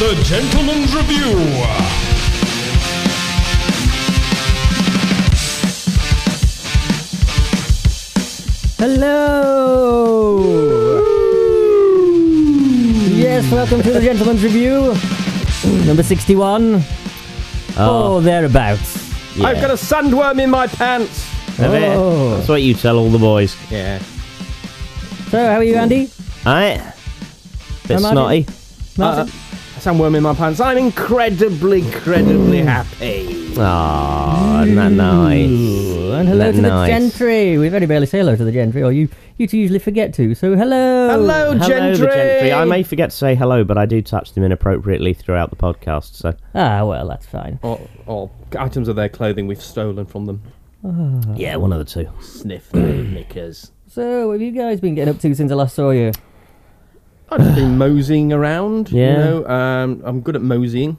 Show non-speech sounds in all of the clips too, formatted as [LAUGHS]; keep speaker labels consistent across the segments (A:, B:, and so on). A: The Gentleman's Review.
B: Hello! Yes, welcome to the Gentleman's Review, number 61, or thereabouts.
C: Yeah.
D: I've got a sandworm in my pants.
C: Have it.
B: Oh.
C: That's what you tell all the boys.
D: Yeah.
B: So, how are you, Andy?
C: Alright? Bit
B: Am I-
C: snotty.
B: Martin?
D: Sandworm in my pants. I'm incredibly, incredibly happy.
C: Aw, isn't that nice?
B: Ooh, and hello
C: Isn't
B: to the
C: that nice?
B: gentry. We very barely say hello to the gentry, or you, you two usually forget to. So, hello.
D: Hello,
C: Hello, the
D: gentry.
C: gentry. I may forget to say hello, but I do touch them inappropriately throughout the podcast, so
B: Ah, well, that's fine.
D: Or, or items of their clothing we've stolen from them.
C: yeah, one of the two.
D: Sniff their [CLEARS THROAT] knickers.
B: So, what have you guys been getting up to since I last saw you?
D: I've just been moseying around.
C: Yeah.
D: You know, um, I'm good at moseying.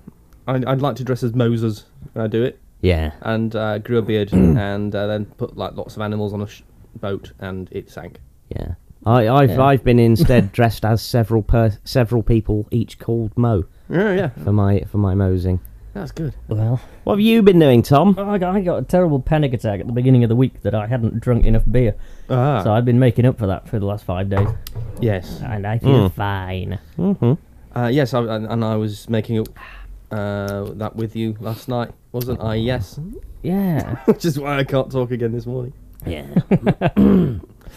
D: I'd, I'd like to dress as Moses when I do it,
C: Yeah.
D: and uh, grew a [CLEARS THROAT] beard, and uh, then put like lots of animals on a sh- boat, and it sank.
C: Yeah. I, I've
B: Yeah.
C: I've been instead dressed as several per, several people, each called Mo
D: Yeah, yeah,
C: for my for my mosing.
D: that's good.
B: Well,
C: What have you been doing, Tom?
B: I got, I got a terrible panic attack at the beginning of the week that I hadn't drunk enough beer.
D: Ah,
B: So I've been making up for that for the last five days,
D: yes,
B: and I feel fine.
C: Mm-hmm.
D: uh, yes, I, and and I was making up uh, that with you last night, wasn't I? Yes, [LAUGHS]
B: [LAUGHS] Yeah.
D: which is why I can't talk again this morning.
C: Yeah.
B: [COUGHS]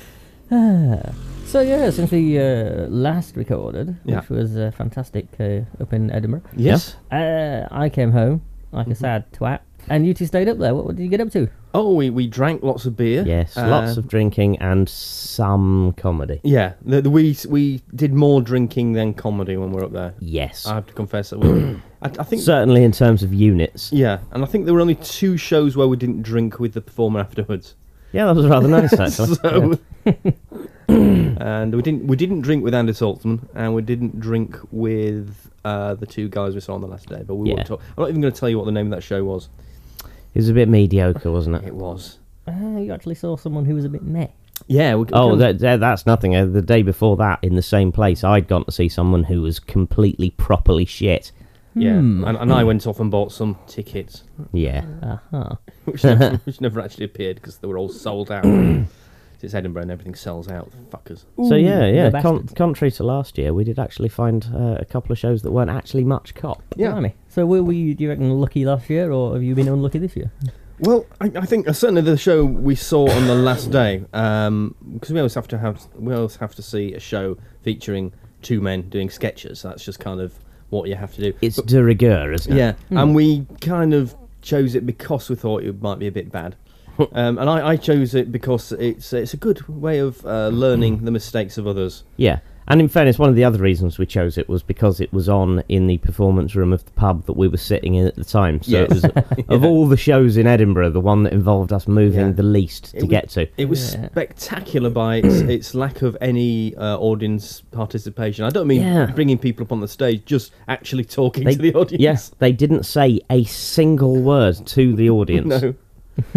B: so yeah, since we uh, last recorded,
D: Yeah.
B: which was uh, fantastic uh, up in Edinburgh,
C: Yes.
B: uh, I came home like a sad twat, and you two stayed up there. What, what did you get up to?
D: Oh, we, we drank lots of beer.
C: Yes.
D: Uh,
C: lots of drinking and some comedy.
D: Yeah, the, the, we we did more drinking than comedy when we were up there.
C: Yes.
D: I have to confess that
C: [CLEARS THROAT]
D: we. I, I think.
C: Certainly in terms of units.
D: yeah, and I think there were only two shows where we didn't drink with the performer afterwards.
C: Yeah, that was rather nice actually.
D: So, [LAUGHS] and we didn't we didn't drink with Andy Saltzman, and we didn't drink with uh, the two guys we saw on the last day. But we
C: Yeah.
D: won't talk. I'm not even going to tell you what the name of that show was.
C: It was a bit mediocre,
D: [LAUGHS]
C: wasn't it?
D: It was.
B: Uh, you actually saw someone who was a bit meh.
D: Yeah. We, we
C: Oh,
D: kinda-
C: that, that- that's nothing. Uh, The day before that, in the same place, I'd gone to see someone who was completely properly shit.
D: yeah.
C: Hmm.
D: And, and I went off and bought some tickets. [LAUGHS]
C: Yeah.
B: Uh-huh.
D: which
C: [LAUGHS]
D: never, which never actually appeared because they were all sold
C: [CLEARS THROAT]
D: out. it's Edinburgh and everything sells out, fuckers.
C: So yeah,
B: the
C: yeah. Con-
B: bastards.
C: contrary to last year, we did actually find uh, a couple of shows that weren't actually much cop.
D: Yeah.
B: Blimey. So were we, do you reckon, lucky last year, or have you been unlucky this year?
D: Well, I, I think uh, certainly the show we saw on the last day, because we always have to have we always have to see a show featuring two men doing sketches. That's just kind of what you have to do.
C: It's de rigueur, isn't it?
D: Yeah, and we kind of chose it because we thought it might be a bit
C: [LAUGHS]
D: bad. Um, and I, I chose it because it's it's a good way of uh, learning the mistakes of others.
C: Yeah. And in fairness, one of the other reasons we chose it was because it was on in the performance room of the pub that we were sitting in at the time. So it
D: Yes. [LAUGHS]
C: was, of all the shows in Edinburgh, the one that involved us moving
D: Yeah.
C: the least to
D: It was-
C: get
D: [LAUGHS]
C: to.
D: It was
B: Yeah.
D: spectacular by
C: [CLEARS THROAT]
D: its, its lack of any uh, audience participation. I don't mean
C: Yeah.
D: bringing people up on the stage, just actually talking
C: They-
D: to the audience.
C: Yes, they didn't say a single word to the audience.
D: [LAUGHS] No.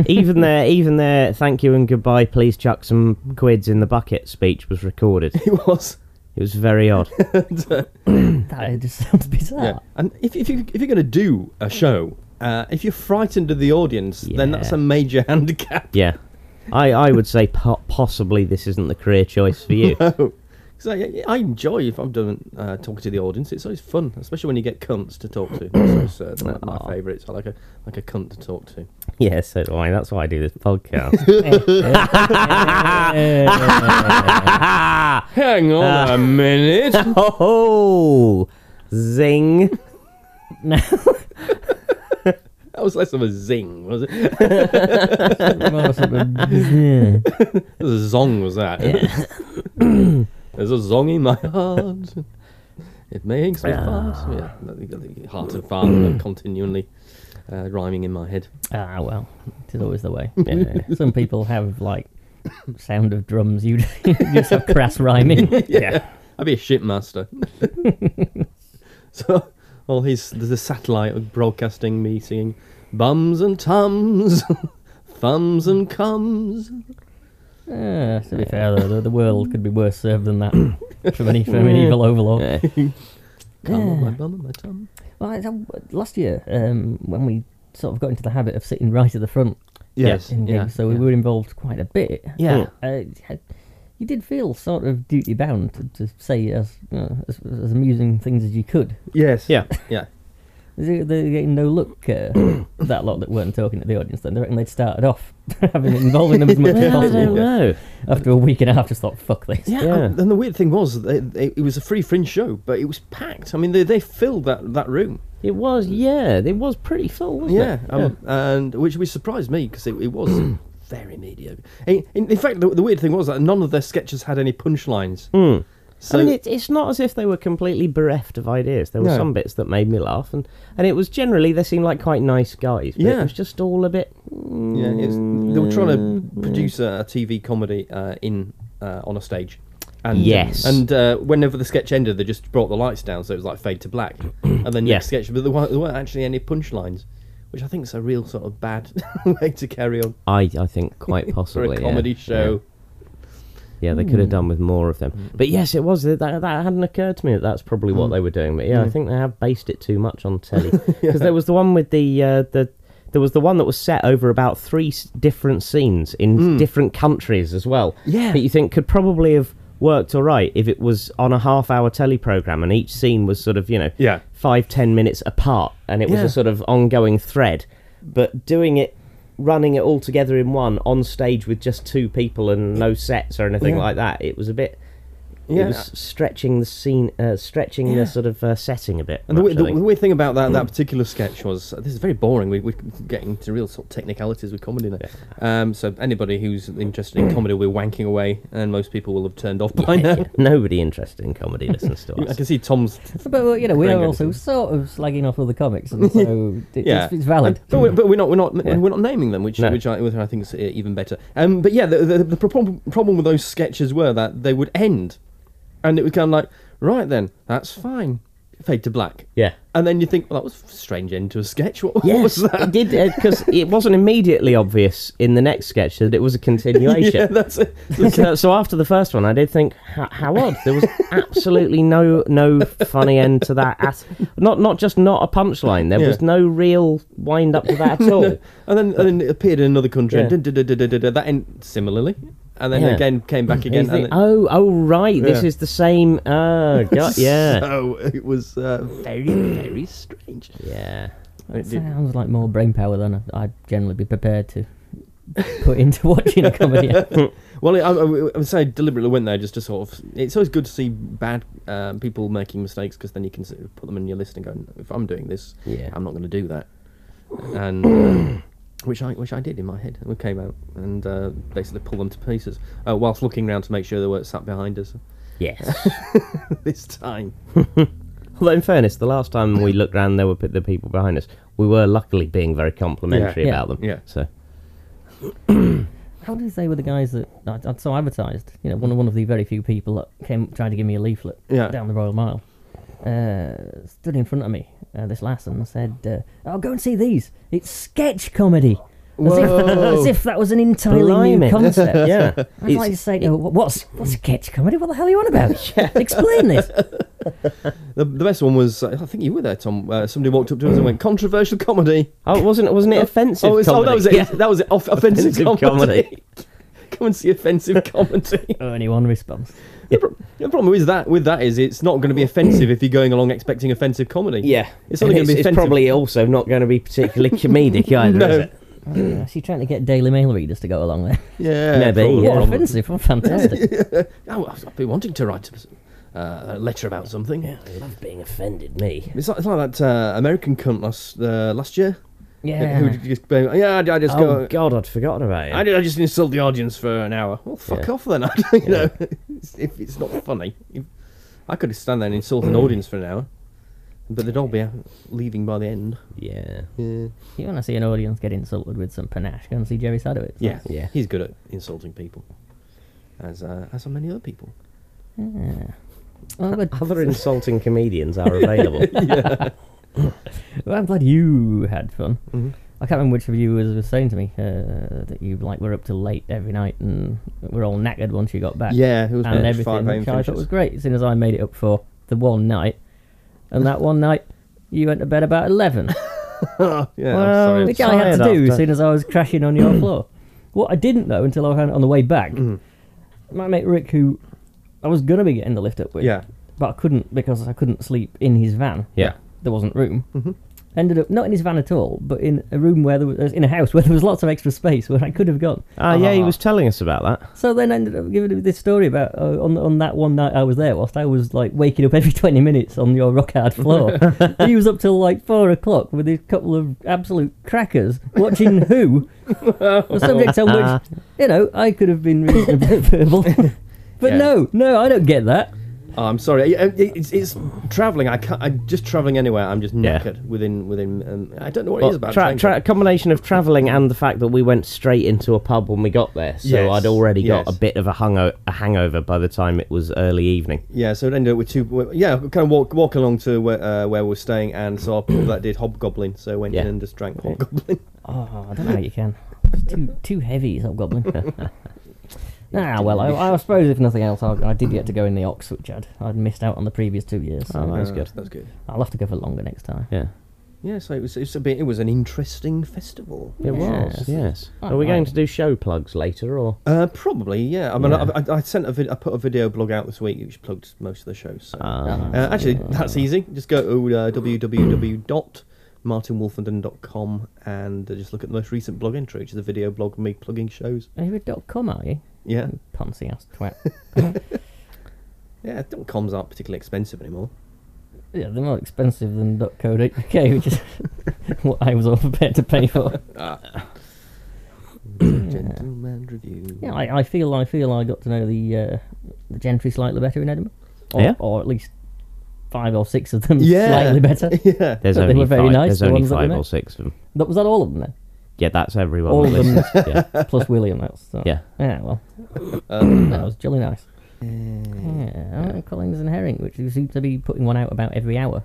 C: even their even their thank you and goodbye, please chuck some quids in the bucket speech was recorded.
D: It was. uh,
C: It was very odd.
B: [LAUGHS] That just sounds bizarre.
D: Yeah. And if, if, you, if you're going to do a show, uh, if you're frightened of the audience, then
C: Yeah.
D: that's a major [LAUGHS] handicap.
C: Yeah. I, I would say po- possibly this isn't the career choice
D: [LAUGHS]
C: for you.
D: So I, I enjoy if I'm done uh, talking to the audience. It's always fun, especially when you get cunts to talk to. That's always, uh, my- my favourites. I like a like a cunt to talk to.
C: yeah, so do I. That's why I do this podcast.
B: [LAUGHS] Uh,
D: Hang on a minute.
C: oh, zing.
D: [LAUGHS] That was less of a zing, was it?
B: Well, something-
D: There's a zong was that. [LAUGHS] There's a zong in my heart. It makes me fart. Yeah, that- that- that heart and fart are continually uh, rhyming in my head.
B: ah, well, it is always the way.
C: Yeah.
D: [LAUGHS]
B: Some people have like sound of drums. You [LAUGHS] you just have
D: [LAUGHS]
B: crass rhyming.
C: yeah.
D: I'd be a ship master. [LAUGHS] so, all his the satellite broadcasting me singing bums and tums, [LAUGHS] thumbs and cums.
B: Yeah, Ah, to
D: [COUGHS]
B: be fair, though, the, the world could be worse served than that from an, e- from an evil overlord.
C: Yeah.
D: Come on,
B: Yeah.
D: my bum and my tum.
B: Well, it's, um, last year um, when we sort of got into the habit of sitting right at the front
D: Yes.
B: in
D: Yeah,
B: gigs, so we
D: yeah.
B: were involved quite a bit.
C: Yeah.
B: Uh, you did feel sort of duty bound to, to say as, you know, as as amusing things as you could.
D: Yes.
C: Yeah.
D: Yeah.
B: Is it- They're getting no look
D: [COUGHS]
B: uh, that lot that weren't talking to the audience. Then they reckon they'd started off [LAUGHS] having involving them as much as
C: Well, I don't
B: possible.
C: know.
B: After a week and a half, just thought, fuck this.
D: Yeah,
C: Yeah.
D: And, and the weird thing was, they, they, it was a free fringe show, but it was packed. I mean, they, they filled that, that room.
C: It was, yeah. It was pretty full, wasn't
D: Yeah,
C: it?
D: um, and which which surprised me because it, it was [CLEARS THROAT] very mediocre. In, in in fact, the, the weird thing was that none of their sketches had any punchlines.
C: Hmm.
D: So
C: I mean, it, it's not as if they were completely bereft of ideas. There were
D: No.
C: some bits that made me laugh, and, and it was generally they seemed like quite nice guys. But
D: Yeah.
C: it was just all a bit.
D: yeah, it's, they were trying to produce a, a TV comedy uh, in uh, on a stage. And,
C: Yes.
D: And uh, whenever the sketch ended, they just brought the lights down, so it was like fade to [CLEARS THROAT] black, and then next
C: Yeah.
D: sketch. But there weren't, there weren't actually any punchlines, which I think is a real sort of bad [LAUGHS] way to carry on
C: I I think quite
D: [LAUGHS] for
C: possibly
D: a comedy
C: yeah.
D: show.
C: Yeah, they could have done with more of them. But yes, it was that that hadn't occurred to me that that's probably what they were doing. But yeah, I think they have based it too much on telly because there was the one with the uh, the there was the one that was set over about three s- different scenes in different countries as well.
D: Yeah.
C: [LAUGHS] that you think could probably have worked all right if it was on a half hour telly program and each scene was sort of you know
D: Yeah.
C: five ten minutes apart and it was
D: Yeah.
C: a sort of ongoing thread. But doing it. Running it all together in one on stage with just two people and no sets or anything
D: Yeah.
C: like that. It was a bit
D: Yeah.
C: it was stretching the scene, uh, stretching
D: Yeah.
C: the sort of uh, setting a bit.
D: And the,
C: much,
D: weird-
C: I
D: the,
C: think. Hmm.
D: the weird thing about that, that particular sketch was uh, this is very boring. We, we're getting to real sort of technicalities with comedy now. Um, so anybody who's interested
C: [CLEARS THROAT]
D: in comedy, we're wanking away, and most people will have turned off
C: [LAUGHS]
D: by now.
C: Nobody interested in comedy listens
D: [LAUGHS]
C: to
D: I
C: us.
D: can see Tom's.
B: But well, you know, we
D: Couldn't
B: are
D: get
B: also
D: it.
B: sort of slagging off other comics,
D: [LAUGHS]
B: and so it,
D: Yeah,
B: it's, it's valid.
D: And- but, we're, but we're not. We're not.
C: Yeah.
D: We're not naming them, which
C: No.
D: which, I, which I think is uh, even better. Um, but yeah, the, the, the problem problem with those sketches were that they would end, and it was kind of like, right then, that's fine, fade to black.
C: Yeah.
D: And then you think, well, that was a strange end to a sketch. [LAUGHS] What, [LAUGHS] what was
C: Yes,
D: that?
C: it did because it wasn't immediately obvious in the next sketch that it
D: [LAUGHS]
C: was a
D: Yeah,
C: continuation.
D: that's
C: [LAUGHS]
D: it.
C: so, uh, so after the first one, I did think, how, how odd! There was absolutely no no funny end to that. At, not not just not a punchline. There
D: Yeah.
C: was no real wind up to that at all.
D: [LAUGHS] And then, and then it appeared in another country.
C: Yeah.
D: And dun- dun- dun- dun- dun- dun- that end similarly, and then
C: Yeah.
D: again came back
C: And
D: again.
C: you
D: and
C: think,
D: then-
C: oh, oh, right. This
D: Yeah.
C: is the same.
D: [LAUGHS]
C: Oh, got, yeah,
D: So it was uh, very, very strange.
C: yeah.
D: It did-
B: Sounds like more brain power than I- I'd generally be prepared to put into [LAUGHS] watching a
D: [LAUGHS]
B: comedy.
D: Well, I, I, I would say I deliberately went there just to sort of. It's always good to see bad uh, people making mistakes because then you can sort of put them in your list and go, if I'm doing this,
C: Yeah.
D: I'm not going to do that. And
C: [COUGHS]
D: um, which I which I did in my head. We came out and uh, basically pulled them to pieces uh, whilst looking around to make sure they weren't sat behind us [LAUGHS]
C: Yes.
D: this time.
C: Although, in fairness, the last time we looked round, there were p- the people behind us. We were luckily being very complimentary
B: Yeah. Yeah.
C: about them.
D: Yeah.
C: So
B: How do you say with the guys that I, I saw advertised? You know, one of one of the very few people that came tried to give me a leaflet
D: Yeah.
B: down the Royal Mile. Uh, stood in front of me, uh, this lass, and said, uh, "Oh, go and see these. It's sketch comedy." As if, [LAUGHS]
D: Whoa.
B: as if that was an entirely
C: Blimey.
B: new concept.
C: [LAUGHS] yeah,
B: I'd like to say, "Oh, wh- what's what's sketch comedy? What the hell are you on about? Explain this.
D: The, the best one was I think you were there, Tom. Uh, somebody walked up to us and went controversial comedy.
C: oh, wasn't wasn't it Mm. offensive?
D: oh, it's- oh,
C: comedy?
D: that was it.
C: Yeah.
D: That was it.
C: [LAUGHS]
D: Off, offensive,
C: Offensive
D: comedy.
C: comedy.
D: [LAUGHS] Come and see
C: [LAUGHS]
D: offensive comedy.
B: Only Oh, one response.
D: [LAUGHS] The, pro- the problem is that with that is it's not going to be
C: [COUGHS]
D: offensive if you're going along expecting offensive comedy.
C: Yeah.
D: It's only
C: And
D: gonna be offensive.
C: probably also not going to be particularly comedic either,
D: No.
C: is it?
B: Uh, She's trying to get Daily Mail readers to go along there.
D: Yeah.
C: Maybe,
D: probably.
C: yeah.
B: What
D: Probably.
B: offensive! What fantastic!
D: Oh, I've I've been wanting to write uh, a letter about something.
C: I love being offended, me.
D: It's, like, it's like that uh, American cunt last uh, last year.
B: Yeah.
D: Who just yeah, I, I just
C: oh
D: go.
C: God, I'd forgotten about it.
D: I, did- I just insult the audience for an hour. Well, fuck
C: Yeah.
D: off then. [LAUGHS] I don't- you know, if it's not funny, if- I could stand there and insult an audience for an hour, but they'd all be out leaving by the end.
C: yeah.
D: Yeah,
B: You want to see an audience get insulted with some panache? Go and see Jerry Sadowitz.
D: yeah,
C: Yeah.
D: He's good at insulting people, as uh, as are many other people.
B: Yeah. Mm-hmm. Well, good.
C: Other insulting comedians are available.
B: Well, I'm glad you had fun.
C: Mm-hmm.
B: I can't remember which of you was, was saying to me uh, that you like were up till late every night and were all knackered once you got back.
D: Yeah, it was
B: and
D: about
B: everything,
D: five
B: which
D: AM
B: I thought
D: finishes.
B: was great. As soon as I made it up for the one night, and that one night you went to bed about
D: [LAUGHS]
B: eleven,
D: yeah,
C: Well,
D: I'm sorry.
B: which I had to
C: tired
B: do,
C: after.
B: seeing as I was crashing on
C: [CLEARS THROAT]
B: your floor. What I didn't know until I found it on the way back,
C: Mm.
B: my mate Rick, who I was gonna be getting the lift up with,
D: Yeah.
B: but I couldn't because I couldn't sleep in his van.
C: Yeah. Mm-hmm.
B: there wasn't room. Ended up not in his van at all, but in a room where there was in a house where there was lots of extra space where I could have gone.
C: Ah, yeah, he was telling us about that.
B: So then I ended up giving him this story about uh, on on that one night I was there whilst I was like waking up every [LAUGHS] twenty minutes on your rock hard [LAUGHS] floor. he was up till like four o'clock with a couple of absolute crackers watching Who, the subject on [LAUGHS] which you know I could have been reasonably [LAUGHS] verbal, but
D: Yeah.
B: no, no, I don't get that.
D: Oh, I'm sorry. I- I- It's, it's traveling. I can't. I'm just traveling anyway. I'm just
C: Yeah.
D: knackered within within. Um, I don't know what it
C: Well,
D: is about.
C: tra-
D: train
C: tra-
D: travel.
C: combination of travelling and the fact that we went straight into a pub when we got there, so
D: Yes,
C: I'd already got
D: yes.
C: a bit of a, hungo- a hangover by the time it was early evening.
D: Yeah, so it ended up with two. well, Yeah, kind of walk walk along to where, uh, where we we're staying, and so our pub
C: [CLEARS THROAT]
D: that did hobgoblin. So I went
C: Yeah.
D: in and just drank hobgoblin.
B: Oh, I don't know how you can. It's too too heavy, Hobgoblin. [LAUGHS] ah, well, I, I suppose if nothing else, I, I did get to go in the Ox, which I'd, I'd missed out on the previous two years. So
D: [LAUGHS]
C: Oh, that's good.
D: That's good.
B: I'll have to go for longer next time.
C: Yeah,
D: Yeah, so it was. It's a bit. It was an interesting festival.
C: it
B: Yes.
C: was. Yes.
B: I
C: Are we
B: like
C: going
B: it.
C: to do show plugs later, or
D: Uh, probably, yeah. I mean,
C: Yeah.
D: I, I, I sent a vid- I put a video blog out this week which plugged most of the shows. So.
C: Ah.
D: Uh, actually, that's easy. Just go to uh, www.martinwolfenden.com and uh, just look at the most recent blog entry, which is a video blog of me plugging shows.
B: Are you a dot com, are you?
D: Yeah,
B: You Poncy ass twat. [LAUGHS]
D: yeah. Dot coms aren't particularly expensive
B: [COUGHS]
D: anymore.
B: yeah, they're more expensive than dot co dot uk, which is [LAUGHS] what I was all prepared to pay
C: [LAUGHS]
B: for.
D: Gentleman review.
B: Yeah, I, I feel I feel I got to know the uh, the gentry slightly better in Edinburgh, or,
C: Yeah?
B: or at least five or six of them
D: Yeah.
B: slightly
C: [LAUGHS]
B: better.
D: [LAUGHS] yeah.
B: But
C: there's
B: they
C: only
B: were very
C: five?
B: nice,
C: there's
B: the
C: only
B: ones that we
C: five
B: met.
C: or six of them.
B: That was that all of them then.
C: [LAUGHS] Yeah, that's everyone.
B: All
C: that
B: of them.
C: listens,
B: [LAUGHS]
C: yeah.
B: plus William. That's so.
C: Yeah.
B: Yeah.
C: [COUGHS]
B: Well,
D: Um,
B: that was jolly nice. Yeah. uh, Collins and Herring, which you seem to be putting one out about every hour.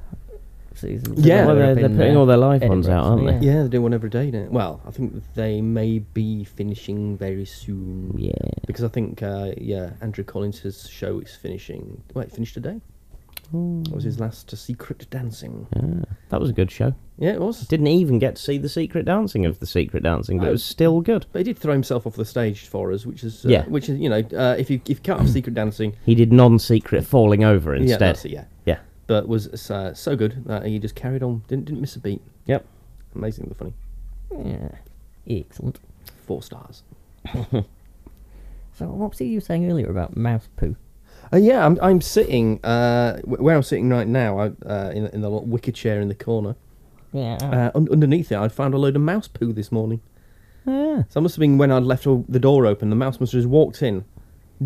B: So it's- so
D: Yeah.
C: Well, they're,
B: up
C: they're
B: in,
C: putting
B: uh,
C: all their live ones
B: Edinburgh,
C: out, aren't
B: so
C: they?
D: yeah, they do one every day now. Well, I think they may be finishing very soon.
C: Yeah.
D: Because I think, uh, yeah, Andrew Collins' show is finishing. Wait, it finished today? That was his last uh, Secret Dancing.
C: Ah, that was a good show.
D: Yeah, it was.
C: Didn't even get to see the secret dancing of the secret dancing, but it
D: Oh.
C: was still good.
D: But he did throw himself off the stage for us, which is, uh,
C: Yeah.
D: which is you know, uh, if you if you can't have Secret Dancing,
C: He did non-secret falling over
D: yeah,
C: instead.
D: that's it, yeah.
C: Yeah.
D: But was uh, so good that he just carried on, didn't didn't miss a beat.
C: Yep.
D: Amazingly funny.
B: Yeah. Excellent.
D: Four stars.
B: So what was you saying earlier about mouse poo?
D: Uh, yeah, I'm, I'm sitting uh, wh- where I'm sitting right now I, uh, in, in the little wicker chair in the corner.
B: Yeah.
D: Uh, un- underneath it, I found a load of mouse poo this morning.
B: [LAUGHS]
C: Ah.
D: So it must have been when I'd left all- the door open. The mouse must have just walked in,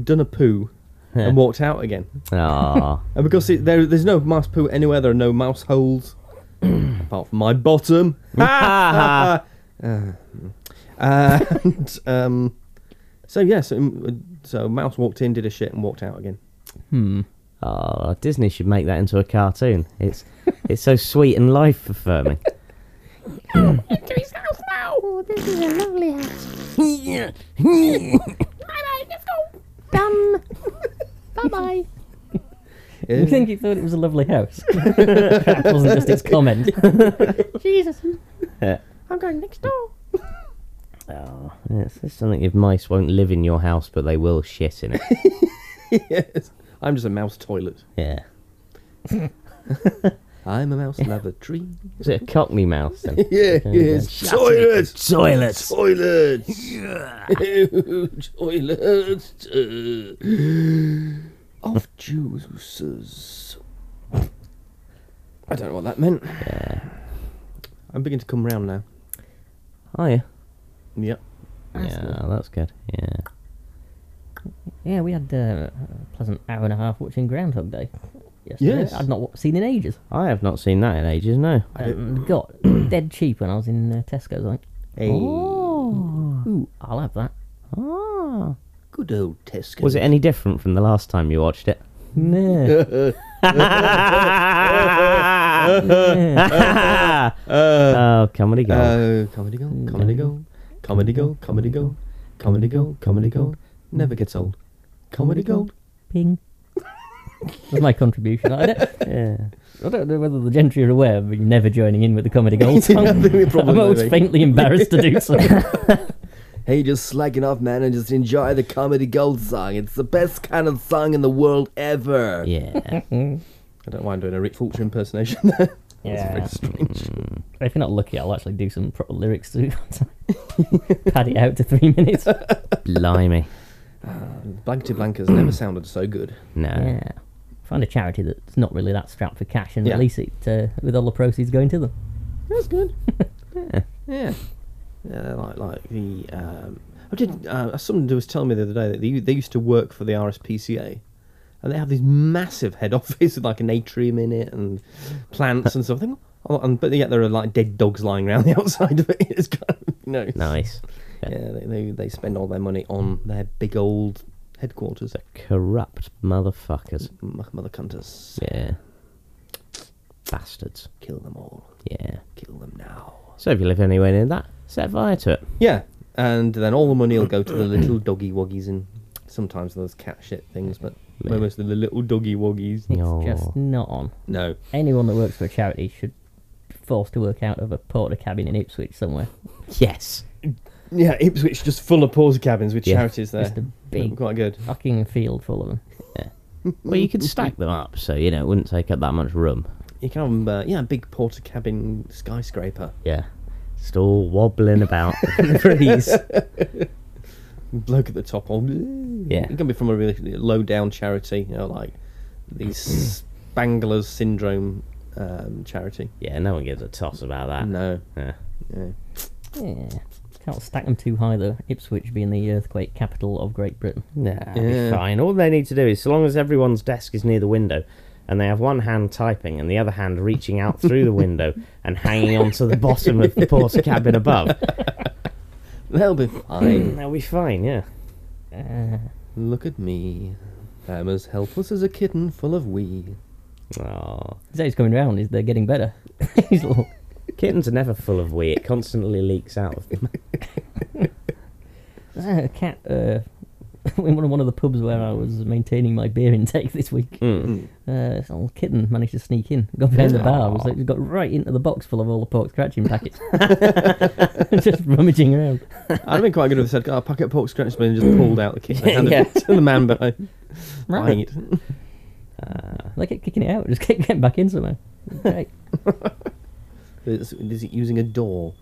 D: done a poo, and walked out again.
C: Ah.
D: And because it, there, there's no mouse poo anywhere, there are no mouse holes [CLEARS THROAT] apart from my [LAUGHS] bottom. Ah! Uh, and um, so yeah, so, um, so mouse walked in, did a shit, and walked out again.
B: hmm.
C: Ah, Disney should make that into a cartoon. It's it's so sweet and life affirming.
A: into his house now. Oh, this is a lovely house.
B: [LAUGHS]
A: bye bye, let's go. Done. bye bye.
D: Yeah. [LAUGHS]
B: [LAUGHS] You think you thought it was a lovely house? [LAUGHS] that wasn't just its
A: [LAUGHS]
B: comment.
A: Jesus,
C: Yeah.
A: I'm going next
C: [LAUGHS]
A: door.
C: Oh, it's just something if mice won't live in your house, but they will shit in it.
D: yes. I'm just a mouse toilet.
C: yeah.
D: I'm a mouse lavatory.
C: Is it a cockney mouse then?
D: [LAUGHS] Yeah,
C: Okay,
D: yes. Toilet!
C: Toilets!
D: Toilet! [LAUGHS] Toilet! Of juices. I don't know what that meant. I'm beginning to come round now.
C: Oh, yeah.
D: Yep.
C: Yeah, that's good. Yeah.
B: Yeah, we had uh, a pleasant hour and a half watching Groundhog Day. Yesterday.
D: Yes.
B: I'd not wa- seen in ages.
C: I have not seen that in ages, no.
B: Um,
D: [CLEARS THROAT]
B: got dead cheap when I was in uh, Tesco's. I think.
D: Hey.
A: Oh.
B: Ooh, I'll have that.
C: Ah.
D: Good old Tesco.
C: Was it any different from the last time you watched it?
B: No.
D: [LAUGHS]
B: [LAUGHS]
C: oh, comedy gold.
D: Uh, comedy gold, comedy gold, comedy gold, comedy gold, comedy gold, comedy gold. Never gets old. Comedy gold.
B: Ping. That's my contribution. I don't,
C: yeah.
B: I don't know whether the gentry are aware of me never joining in with the
D: [LAUGHS]
B: comedy gold song.
D: I think we probably
B: I'm always
D: will be.
B: faintly embarrassed
D: [LAUGHS]
B: to do so.
E: Hey, just slacking off, man, and just enjoy the Comedy Gold song. It's the best kind of song in the world ever.
C: Yeah.
D: I don't mind doing a Rick Fulcher impersonation [LAUGHS] there. Hmm. That's
B: yeah.
D: very strange.
B: If you're not lucky, I'll actually do some proper lyrics to [LAUGHS] pad it out to three
D: [LAUGHS]
B: minutes.
C: Blimey.
D: Blankety Blankers never sounded so good.
C: No.
B: Yeah. Find a charity that's not really that strapped for cash and
D: Yeah.
B: release it uh, with all the proceeds going to them.
D: That's good. [LAUGHS] yeah. Yeah, like like the. Um, I did. Uh, someone was telling me the other day that they, they used to work for the RSPCA, and they have this massive head [LAUGHS] office with like an atrium in it and plants and stuff. I think- Oh, and but yet there are like dead dogs lying around [LAUGHS] the outside of it. It's kind of you know.
C: Nice.
D: Yeah, they, they they spend all their money on their big old headquarters.
C: Corrupt motherfuckers.
D: M- Mother cunters,
C: Yeah. Bastards.
D: kill them all,
C: Yeah.
D: kill them now.
C: So if you live anywhere near that, set fire to it.
D: Yeah, and then all the money will go to the [CLEARS THROAT] little doggy woggies and sometimes those cat shit things, but
C: Yeah.
D: mostly the little doggy woggies.
B: It's
C: No.
B: just not on.
D: No,
B: Anyone that works for a charity should be forced to work out of a porter cabin in Ipswich somewhere.
C: Yes.
D: yeah, Ipswich just full of porter cabins with
C: Yeah.
D: charities there.
B: Just a big
D: quite good.
B: fucking field full of them.
C: Well, you could stack them up, so you know it wouldn't take up that much room.
D: You can have um, uh, yeah, a big porter cabin skyscraper,
C: Yeah. Just all wobbling about in the [LAUGHS] breeze.
D: bloke at the top. All, yeah, it can be from a really low down charity, you know, like the [CLEARS THROAT] Spangler's Syndrome um, charity.
C: Yeah, no one gives a toss about that.
D: No,
C: Yeah.
D: yeah.
B: Yeah. Can't stack them too high though. Ipswich being the earthquake capital of Great Britain.
C: Nah,
D: Yeah.
C: be fine. All they need to do is, so long as everyone's desk is near the window, and they have one hand typing and the other hand reaching out through the window and hanging onto the bottom of the porter cabin above,
D: they'll be fine.
C: they'll be fine. Yeah.
B: Uh,
D: Look at me. I'm as helpless as a kitten full of wee.
C: Oh,
B: is that who's coming round? Is they're getting better? [LAUGHS] He's all-
C: kittens are never full of wee. It constantly leaks out of them.
B: There's a cat uh, [LAUGHS] in one of, one of the pubs where I was maintaining my beer intake this week.
C: Mm.
B: Uh, this old kitten managed to sneak in, got behind the bar, was like, got right into the box full of all the pork scratching packets, [LAUGHS] just rummaging around.
D: I'd have been quite good if I said, oh, pocket pork scratch, but then just pulled out the kitten
B: [LAUGHS]
D: and handed
C: Yeah.
D: it to the man behind.
B: Right.
D: Right.
C: Ah,
B: They kept kicking it out, [LAUGHS] just kept getting back in somehow. [LAUGHS] Great.
D: Is, is it using a door?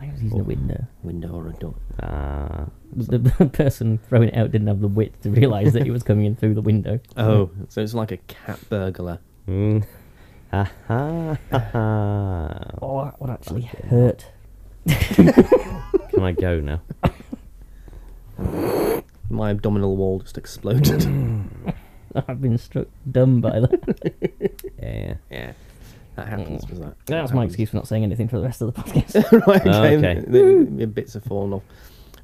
B: I was using a window.
D: Window or a door?
C: Ah.
B: The, the person throwing it out didn't have the wit to realise that he was coming in through the window.
D: Oh, so it's like a cat burglar.
C: Mm. Ha ha ha ha.
B: [LAUGHS] Oh, that would actually hurt.
C: Can I go now?
D: My abdominal wall just exploded.
B: Hmm. I've been struck dumb by that.
C: Yeah.
D: [LAUGHS] yeah. That happens, does that?
B: [LAUGHS] Hmm. That was
D: That
B: my
D: happens.
B: excuse for not saying anything for the rest of the [LAUGHS]
D: [LAUGHS]
B: podcast.
D: right,
C: Oh,
D: okay.
C: okay.
D: The, the bits have fallen off.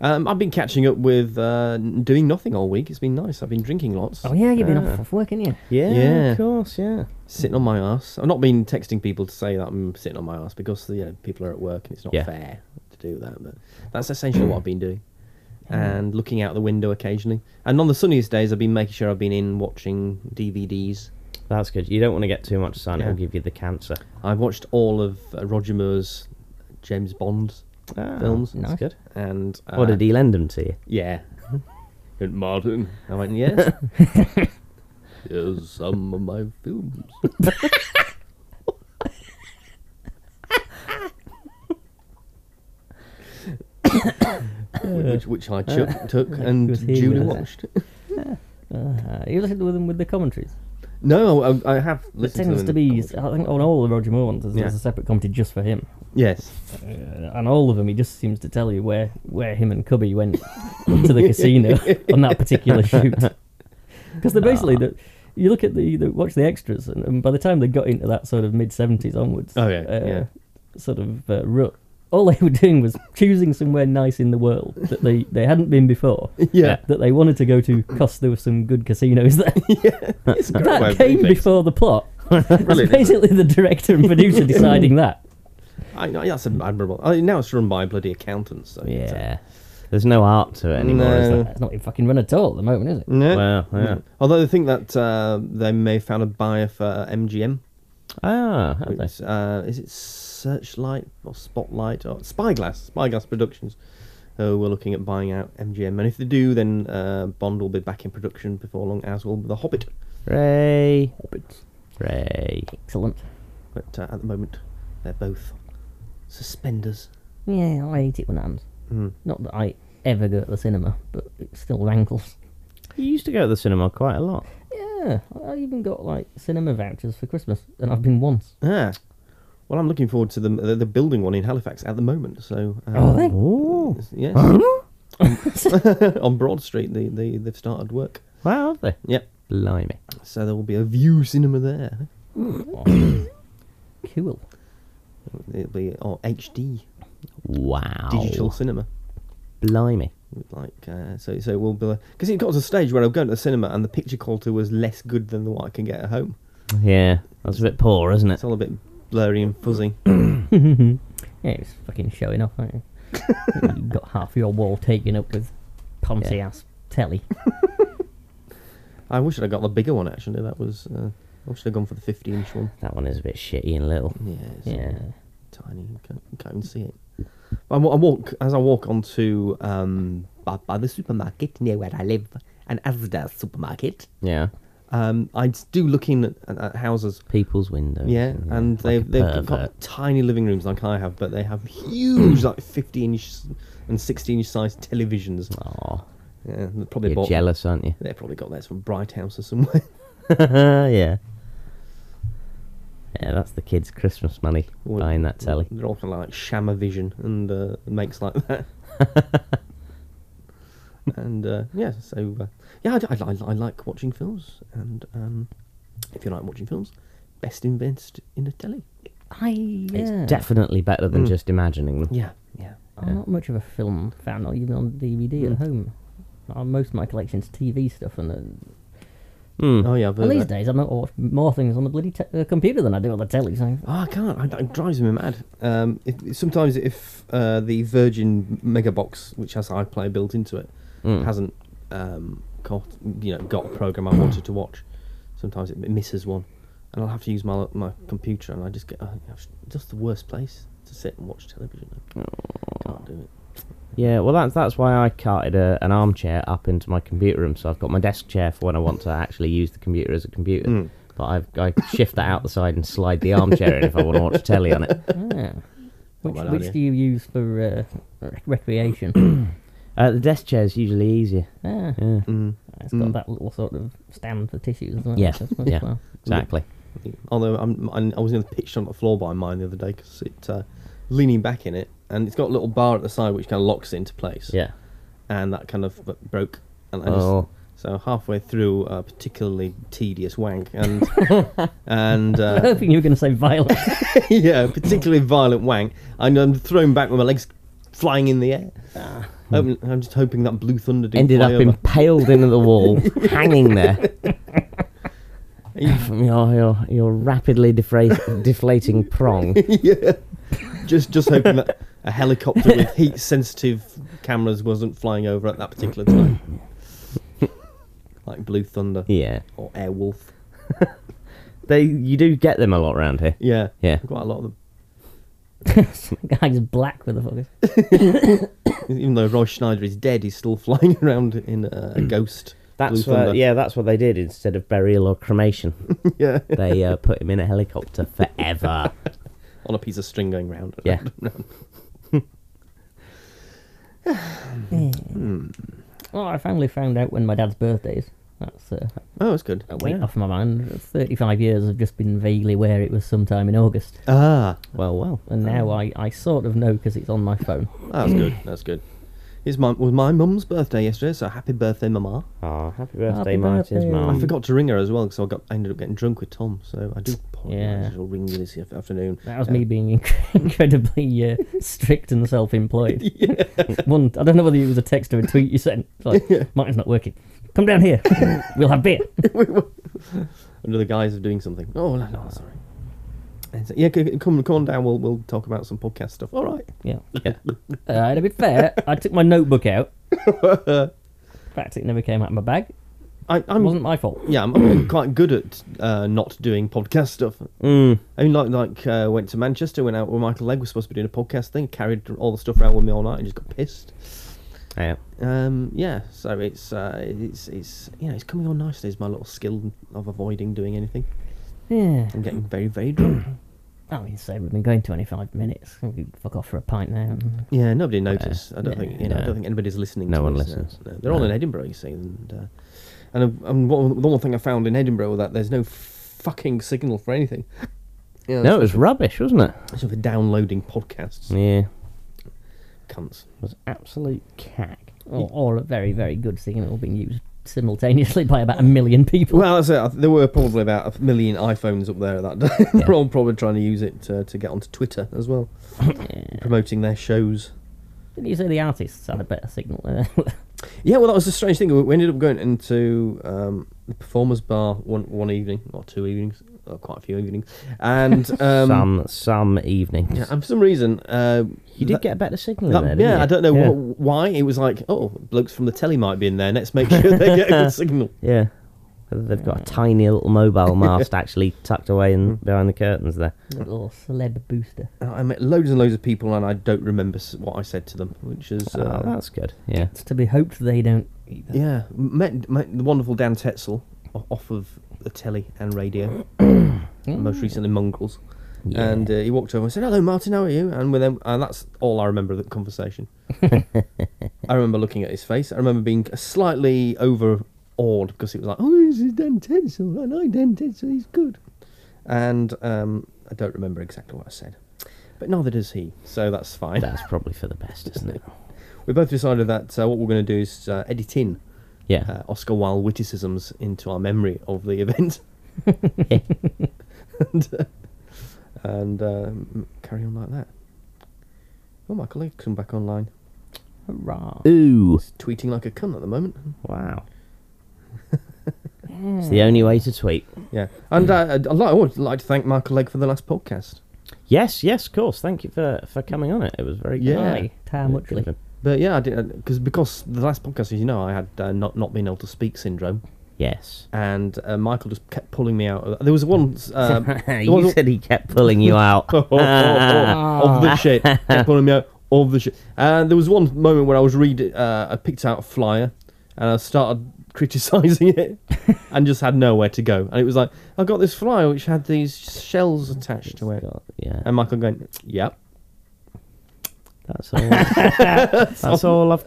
D: Um, I've been catching up with uh, n- doing nothing all week. It's been nice. I've been drinking lots.
B: oh yeah, you've been
C: Yeah.
B: off, off work, haven't you?
C: Yeah.
D: Yeah.
C: Of course. Yeah.
D: sitting on my ass. I've not been texting people to say that I'm sitting on my ass because you know, people are at work and it's not
C: Yeah.
D: fair to do that. But that's essentially what I've been doing, and looking out the window occasionally. And on the sunniest days, I've been making sure I've been in watching DVDs.
C: That's good. You don't want to get too much sun. It'll
D: Yeah.
C: give you the cancer.
D: I've watched all of uh, Roger Moore's James Bond
C: Ah,
D: films.
C: That's
B: Nice.
C: good.
D: and uh,
C: What did he lend them to you?
D: Yeah. [LAUGHS] And Martin, I went yes. Here's some of my films. which, which I took, took and
B: was here
D: duly
B: with us.
D: watched.
B: Uh, you listened to them with the commentaries.
D: No, I, I have
B: It
D: listened
B: tends
D: to,
B: to
D: them.
B: be, I think, on all the Roger Moore ones, there's,
D: Yeah.
B: there's a separate commentary just for him,
D: Yes. [LAUGHS]
B: uh, and all of them, he just seems to tell you where where him and Cubby went [COUGHS] to the casino on that
D: [LAUGHS]
B: particular shoot, because they're basically the. You look at the, the watch the extras, and, and by the time they got into that sort of mid seventies onwards,
D: Oh, yeah,
B: uh,
D: yeah.
B: sort of uh, rut. All they [LAUGHS] were doing was choosing somewhere nice in the world that they, they hadn't been before. [LAUGHS]
D: Yeah.
B: That they wanted to go to because there were some good casinos there. [LAUGHS]
D: It's a great way
B: that
D: of
B: came
D: doing things.
B: before the plot.
D: [LAUGHS] Brilliant, isn't
B: Basically, the director
D: [LAUGHS]
B: and producer deciding that.
D: I, I, that's admirable. I mean, now it's run by bloody accountants. So it's, uh,
C: Yeah. There's no art to it anymore, is
D: No.
C: there?
B: It's not in fucking run at all at the moment, is it?
D: No.
C: Well, yeah.
D: Mm. Although I think that uh, they may founded by for uh, MGM.
C: Ah, have they?
D: It's, uh, is it Searchlight or Spotlight or Spyglass? Spyglass Productions. Uh, we're looking at buying out MGM, and if they do, then uh, Bond will be back in production before long, as will The Hobbit.
C: Ray.
D: Hobbits.
C: Ray.
B: Excellent.
D: But uh, at the moment, they're both suspenders.
B: Yeah, I hate it when it happens.
D: Mm.
B: Not that I ever go to the cinema, but it still rankles.
C: You used to go to the cinema quite a lot.
B: Yeah, I even got like cinema vouchers for Christmas, and I've been once.
D: Ah. Well, I'm looking forward to the the, the building one in Halifax at the moment. So, uh,
B: Are they?
C: Ooh.
D: [LAUGHS] yes, [LAUGHS] on Broad Street, they, they they've started work.
C: Wow, have they?
D: Yep. [COUGHS]
C: Blimey.
D: So there will be a view cinema there.
B: Cool.
D: It'll be or HD
C: Wow.
D: digital cinema.
C: Blimey.
D: with, Like uh, so, so it will be because it got to a stage where I was going to the cinema and the picture quality was less good than the what I can get at home.
C: Yeah, that's a bit poor, isn't it?
D: It's all a bit blurry and fuzzy.
B: Yeah, it's fucking showing off. [LAUGHS] Ain't it? You've got half your wall taken up with poncy ass telly.
D: I wish I'd have got the bigger one actually. That was uh, I should have gone for the 50 inch one.
C: That one is a bit shitty and little.
D: Yeah, it's
B: Yeah.
D: tiny. You can't, you can't even see it. I, wa- I walk as I walk onto um, by, by the supermarket near where I live, an Asda supermarket.
C: Yeah.
D: Um, I do look in at, at houses
C: People's windows.
D: Yeah, and they've
C: a
D: they've
C: pervert.
D: got tiny living rooms like I have, but they have huge like fifty inch and sixty inch size televisions.
C: Oh,
D: Yeah, they probably
C: you're
D: bought.
C: jealous, aren't you? [LAUGHS]
D: They probably got theirs from Bright House or somewhere.
C: yeah. Yeah, that's the kids' Christmas money
D: Or-
C: buying that telly.
D: [LAUGHS] They're all kind of like Shama Vision and uh, makes like that. and uh, yeah, so uh, yeah, I, d- I li- I li- I like watching films, and um, if you like watching films, best invest in a telly.
B: I yeah.
C: It's definitely better
D: Mm.
C: than just imagining them.
D: Yeah, yeah.
B: I'm not much of a film fan, or even on DVD at home. Uh, most of my collection's TV stuff, and, uh,
C: Hmm.
D: Oh yeah, I've
B: and
D: heard
B: these
D: that.
B: days I'm not watch more things on the bloody te- uh, computer than I do on the telly. So
D: Oh, I can't. I, it drives me mad. Um, if, sometimes if uh, the Virgin Mega Box, which has iPlayer built into it,
C: Hmm. Mm.
D: hasn't um, got you know got a program I wanted to watch, sometimes it misses one, and I'll have to use my my computer, and I just get uh, it's just the worst place to sit and watch television. I can't do it.
C: Yeah, well, that's that's why I carted a, an armchair up into my computer room, so I've got my desk chair for when I want to actually use the computer as a computer.
D: Mm.
C: But I've, I shift that out the side and slide the armchair in if I want to watch telly
D: [LAUGHS]
C: on it.
B: yeah. Ah. Which,
D: bad idea.
B: which do you use for uh, rec-
D: [COUGHS]
B: recreation?
C: Uh, the desk chair's usually easier.
B: yeah,
C: Yeah,
B: it's
D: Mm.
B: got that little sort of stand for tissues as well.
C: Yeah,
B: so it's worth
C: yeah,
B: well.
C: exaccly.
D: Hmm. Although I'm, I'm I was nearly pitched on the floor by mine the other day because it uh, leaning back in it, and it's got a little bar at the side which kind of locks it into place.
C: Yeah.
D: and that kind of b- broke. And I just,
C: Oh,
D: So halfway through a particularly tedious wank,
C: [LAUGHS]
D: and and
B: I was
D: uh, [LAUGHS]
B: hoping you were going to say violent. [LAUGHS]
D: yeah, a particularly violent wank, and I'm thrown back with my legs flying in the air. Hoping- I'm just hoping that blue thunder didn't
C: Ah. ended
D: fly
C: up
D: over.
C: impaled into
D: [LAUGHS]
C: the wall, hanging there. From [LAUGHS] your, your, your rapidly defra-
D: [LAUGHS]
C: deflating prong.
D: just just hoping that a helicopter with heat sensitive cameras wasn't flying over at that particular
C: [LAUGHS]
D: time, like blue thunder
C: Yeah.
D: or airwolf.
C: They, you do get them a lot around here.
D: Yeah,
C: Yeah.
D: quite a lot of them.
B: Guy's black with the fuckers.
D: Even though Roy Schneider is dead, he's still [LAUGHS] flying around in a,
B: Mm.
D: a ghost. [LAUGHS]
C: That's
D: Blue
C: what,
D: Thunder.
C: yeah, that's what they did instead of burial or [LAUGHS] cremation.
D: yeah.
C: they uh, put him in a helicopter [LAUGHS] forever.
D: on a piece of string going round. and
C: Yeah.
D: round and round. Hmm.
B: Well, Oh, I finally found out when my dad's birthday is. That's uh,
D: Oh, that's good.
B: a weight
D: Yeah.
B: off my mind. 35 years have just been vaguely where it was sometime in August.
D: Ah,
C: well, well.
B: And now
D: Oh.
B: I, I sort of know because it's on my phone.
D: that's good. That's good. It's my was my mum's birthday yesterday, so happy birthday, Mama!
C: Oh, happy birthday,
B: Happy
C: Martin's
B: birthday.
D: I
C: mum.
D: forgot to ring her as well because I got I ended up getting drunk with Tom, so I do apologise.
B: Yeah.
D: I'll ring you this af- afternoon. [LAUGHS]
B: That was me being [LAUGHS] inc- incredibly uh, strict and self employed.
D: [LAUGHS]
B: One, I don't know whether it was a text or a tweet you sent. It's
D: [LAUGHS]
B: like, mine's not working. Come down here. We'll have beer.
D: Under the guise of doing something. Oh no, no sorry.
B: Ah.
D: And so- yeah, c- c- come, come on down. We'll we'll talk about some podcast stuff. All right.
B: Yeah.
C: Yeah.
B: Uh, to be fair, I took my notebook
D: [LAUGHS]
B: out. In fact, it never came out of my bag.
D: I,
B: It
D: I'm
B: wasn't my fault.
D: yeah, I'm,
C: [CLEARS THROAT]
D: I'm quite good at uh, not doing podcast stuff.
C: Mm.
D: I mean, like like uh, went to Manchester, went out with Michael Legg. Was supposed to be doing a podcast thing. Carried all the stuff around with me all night and just got pissed.
C: Yeah.
D: Um, yeah, so it's uh, it's it's you know it's coming on nicely. Is my little skill of avoiding doing anything.
B: Yeah.
D: I'm getting very very
C: [CLEARS THROAT]
D: drunk.
B: I mean, so we've been going 25 minutes. We can Fuck off for a pint now.
D: Yeah, nobody noticed. I don't
C: no,
D: think you know. I
C: no.
D: don't think anybody's listening.
C: No
D: to
C: one
D: us now.
C: listens.
D: No, They're all
C: No.
D: in Edinburgh, you see, and uh, and, and one, the one thing I found in Edinburgh was that there's no fucking signal for anything. [LAUGHS] Yeah,
C: No, it was rubbish, wasn't it?
D: that's for downloading podcasts,
C: Yeah. It
D: cunts.
C: was absolute cack.
B: Or, or a very, very good signal being used simultaneously by about a million people. [LAUGHS]
D: Well, that's it. I th- There were probably about a million iPhones up there at that [LAUGHS] time. They're all probably trying to use it to, to get onto Twitter as well, promoting their shows.
B: Didn't you say the artists had a better signal?
D: Yeah, well, that was the strange thing. We- We ended up going into um, the performers bar one one evening or two evenings, or quite a few evenings,
C: [LAUGHS]
D: and um,
C: some some evenings.
D: yeah, and for some reason, uh,
C: you did
D: that-
C: get a better signal
D: that-
C: in there, didn't
D: yeah,
C: you?
D: I don't know
C: yeah.
D: wh- why. It was like, oh, blokes from the telly might be in there. Let's make sure they get a
C: [LAUGHS]
D: good signal.
C: Yeah. Whether they've got a tiny little [LAUGHS] mobile mast actually tucked away in behind the curtains there.
B: [LAUGHS] little celeb booster.
D: And I met loads and loads of people, and I don't remember s- what I said to them, which is
C: So
D: uh,
C: Oh, that's good. Yeah.
B: It's to be hoped they don't either.
D: yeah. Met, met the wonderful Dan Tetzel o- off of the telly and radio, most recently Mongrels.
C: Yeah.
D: And uh, he walked over and said, "Hello, Martin. How are you?" And with them, and that's all I remember of the conversation. I remember looking at his face. I remember being slightly overawed because it was like, "Oh, this is Dan Tetzel. I like Dan Tetzel. He's good." And um, I don't remember exactly what I said, but neither does he. So that's fine.
C: That's probably for the best, isn't it?
D: We both decided that uh, what we're going to do is uh, edit in
C: [LAUGHS] Yeah.
D: uh, Oscar Wilde witticisms into our memory of the event. and uh, and um, carry on like that. Oh, my colleague come back online.
B: Hurrah.
C: Ooh.
D: He's tweeting like a cunt at the moment.
C: Wow.
D: Mm.
C: it's the only way to tweet.
D: Yeah, and uh, I'd, li- I would like to thank Michael Legg for the last podcast.
C: Yes, yes, of course. Thank you for, for coming on it. It was very
D: Yeah.
C: good.
B: Aye, Tam
C: Good of
B: Muchley.
C: him.
D: But yeah, I did because because the last podcast, as you know, I had uh, not not being able to speak syndrome,
C: Yes.
D: and uh, Michael just kept pulling me out. Of, there was one. Um, Oh, there was
C: [LAUGHS] you
D: one-
C: said he kept pulling
D: [LAUGHS]
C: you out.
D: of the shit. Kept pulling me out of the shit. And there was one moment where I was reading, uh, I picked out a flyer and I started [LAUGHS] criticising it and just had nowhere to go. And it was like, I got this flyer which had these shells attached to it.
C: God, yeah.
D: And Michael going, yep.
C: That's all. That's all I've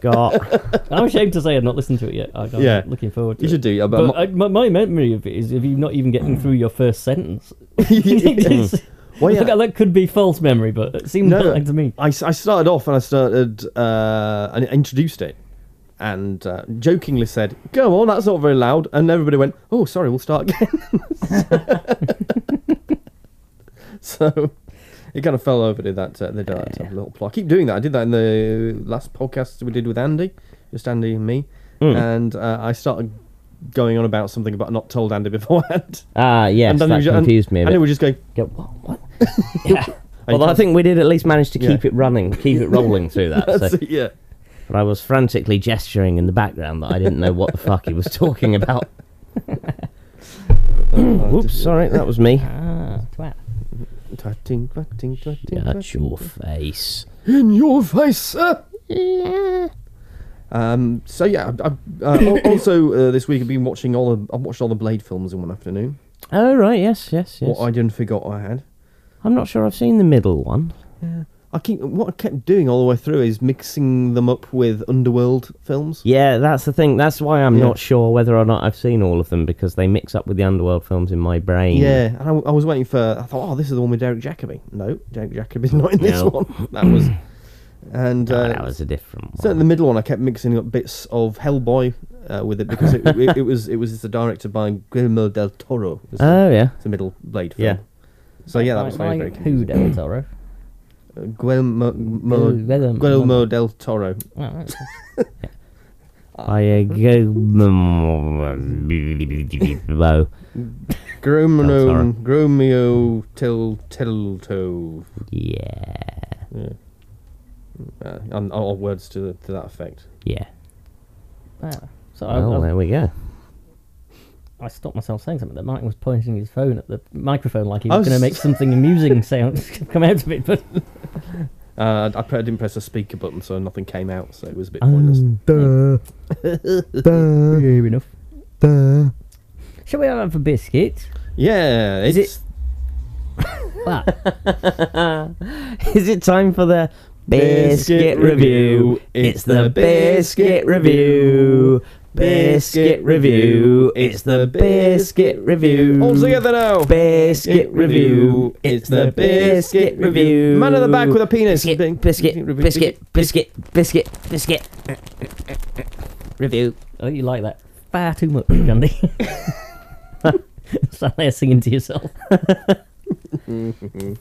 B: [LAUGHS]
C: got.
B: I'm ashamed to say I've not listened to it yet. I- I'm
D: Yeah.
B: looking forward to
D: You
B: it.
D: should do that, but
B: But,
D: my-
B: I, my, my memory of it is if you're not even getting through your
D: [LAUGHS]
B: first sentence. [LAUGHS]
D: Well,
B: well,
D: yeah.
B: [LAUGHS] that could be false memory, but it seemed
D: No,
B: like to me.
D: I, s- I started off and I started uh, and introduced it and uh, jokingly said, go on, that's not very loud. And everybody went, oh, sorry, we'll start again. [LAUGHS] so it kind of fell over, did that, uh, they did that little plot. I keep doing that. I did that in the last podcast we did with Andy, just Andy and me.
C: Hmm.
D: And uh, I started going on about something about not told Andy [LAUGHS] beforehand. [LAUGHS]
C: Ah, yes,
D: and
C: that
D: then we ju- and-
C: confused me a
D: And
C: bit.
D: it was just going,
C: Go, what? what?
D: [LAUGHS]
C: Although I think we did at least manage to keep
D: Yeah.
C: it running, keep it rolling through
D: [LAUGHS]
C: that.
D: that's
C: So.
D: it,
C: [CLEARS THROAT]
D: yeah.
C: But I was frantically gesturing in the background that I didn't know what the fuck he was
D: [LAUGHS]
C: talking about.
D: Oh,
C: [LAUGHS] Whoops, sorry, that was me.
B: Ah, twat.
D: Twatting, twatting, twatting, twatting.
C: At your face.
D: in your face, sir. Um, so yeah, I, I, uh, al-
C: [COUGHS]
D: also uh, this week I've been watching all the I've watched all the Blade films in one afternoon.
C: Oh right, yes, yes, yes.
D: What I didn't forgot I had.
C: I'm not sure I've seen the middle one.
D: I keep what I kept doing all the way through is mixing them up with underworld films.
C: Yeah, that's the thing. That's why I'm
D: Yeah.
C: not sure whether or not I've seen all of them because they mix up with the underworld films in my brain.
D: Yeah, and I, I was waiting for. I thought, oh, this is the one with Derek Jacobi. No, Derek Jacobi's [LAUGHS] not in this
C: No.
D: one. That was, and
C: Oh,
D: uh,
C: that was a different
D: So in
C: one.
D: the middle one, I kept mixing up bits of Hellboy uh, with it because it, it, it was it was directed by Guillermo del Toro. It was the-
C: Oh yeah.
D: It's a middle blade film.
C: Yeah.
D: So yeah, that
B: Like-
D: was very, very
B: like Who, Del
D: [COUGHS]
B: Toro?
D: Uh, Guillermo, Mo,
B: Guillermo.
D: Guillermo del Toro.
B: Oh, right.
C: mm, [LAUGHS] I uh, go. That's all right.
D: Grumio, Grumio till Tilto.
C: Yeah.
D: Uh, and or words to to that effect.
C: Yeah.
B: Ah, so I,
C: Well,
B: I,
C: there we go. [LAUGHS]
B: I stopped myself saying something. That Martin was pointing his phone at the microphone like he
D: I
B: was,
D: was
B: going to
D: s-
B: make
D: [LAUGHS]
B: something amusing sound [LAUGHS] come out of it. But
D: Uh, I, pre- I didn't press the speaker button, so nothing came out, so it was a bit pointless.
C: Oh.
B: duh,
D: Uh,
B: duh, fair enough. Duh. Shall we have a biscuit?
D: Yeah,
C: Is
D: it's
B: Well,
C: Is it time for the biscuit
D: Biscuit
C: review?
D: review.
C: It's the biscuit review. Biscuit review. It's the biscuit review.
D: all together now.
C: Biscuit review. It's the biscuit review.
D: Man in the back with a penis.
C: biscuit, biscuit, biscuit, biscuit, biscuit, biscuit. Review.
B: I think Oh, you like that far too [COUGHS] much, Gandhi. [LAUGHS] Sat there singing to yourself.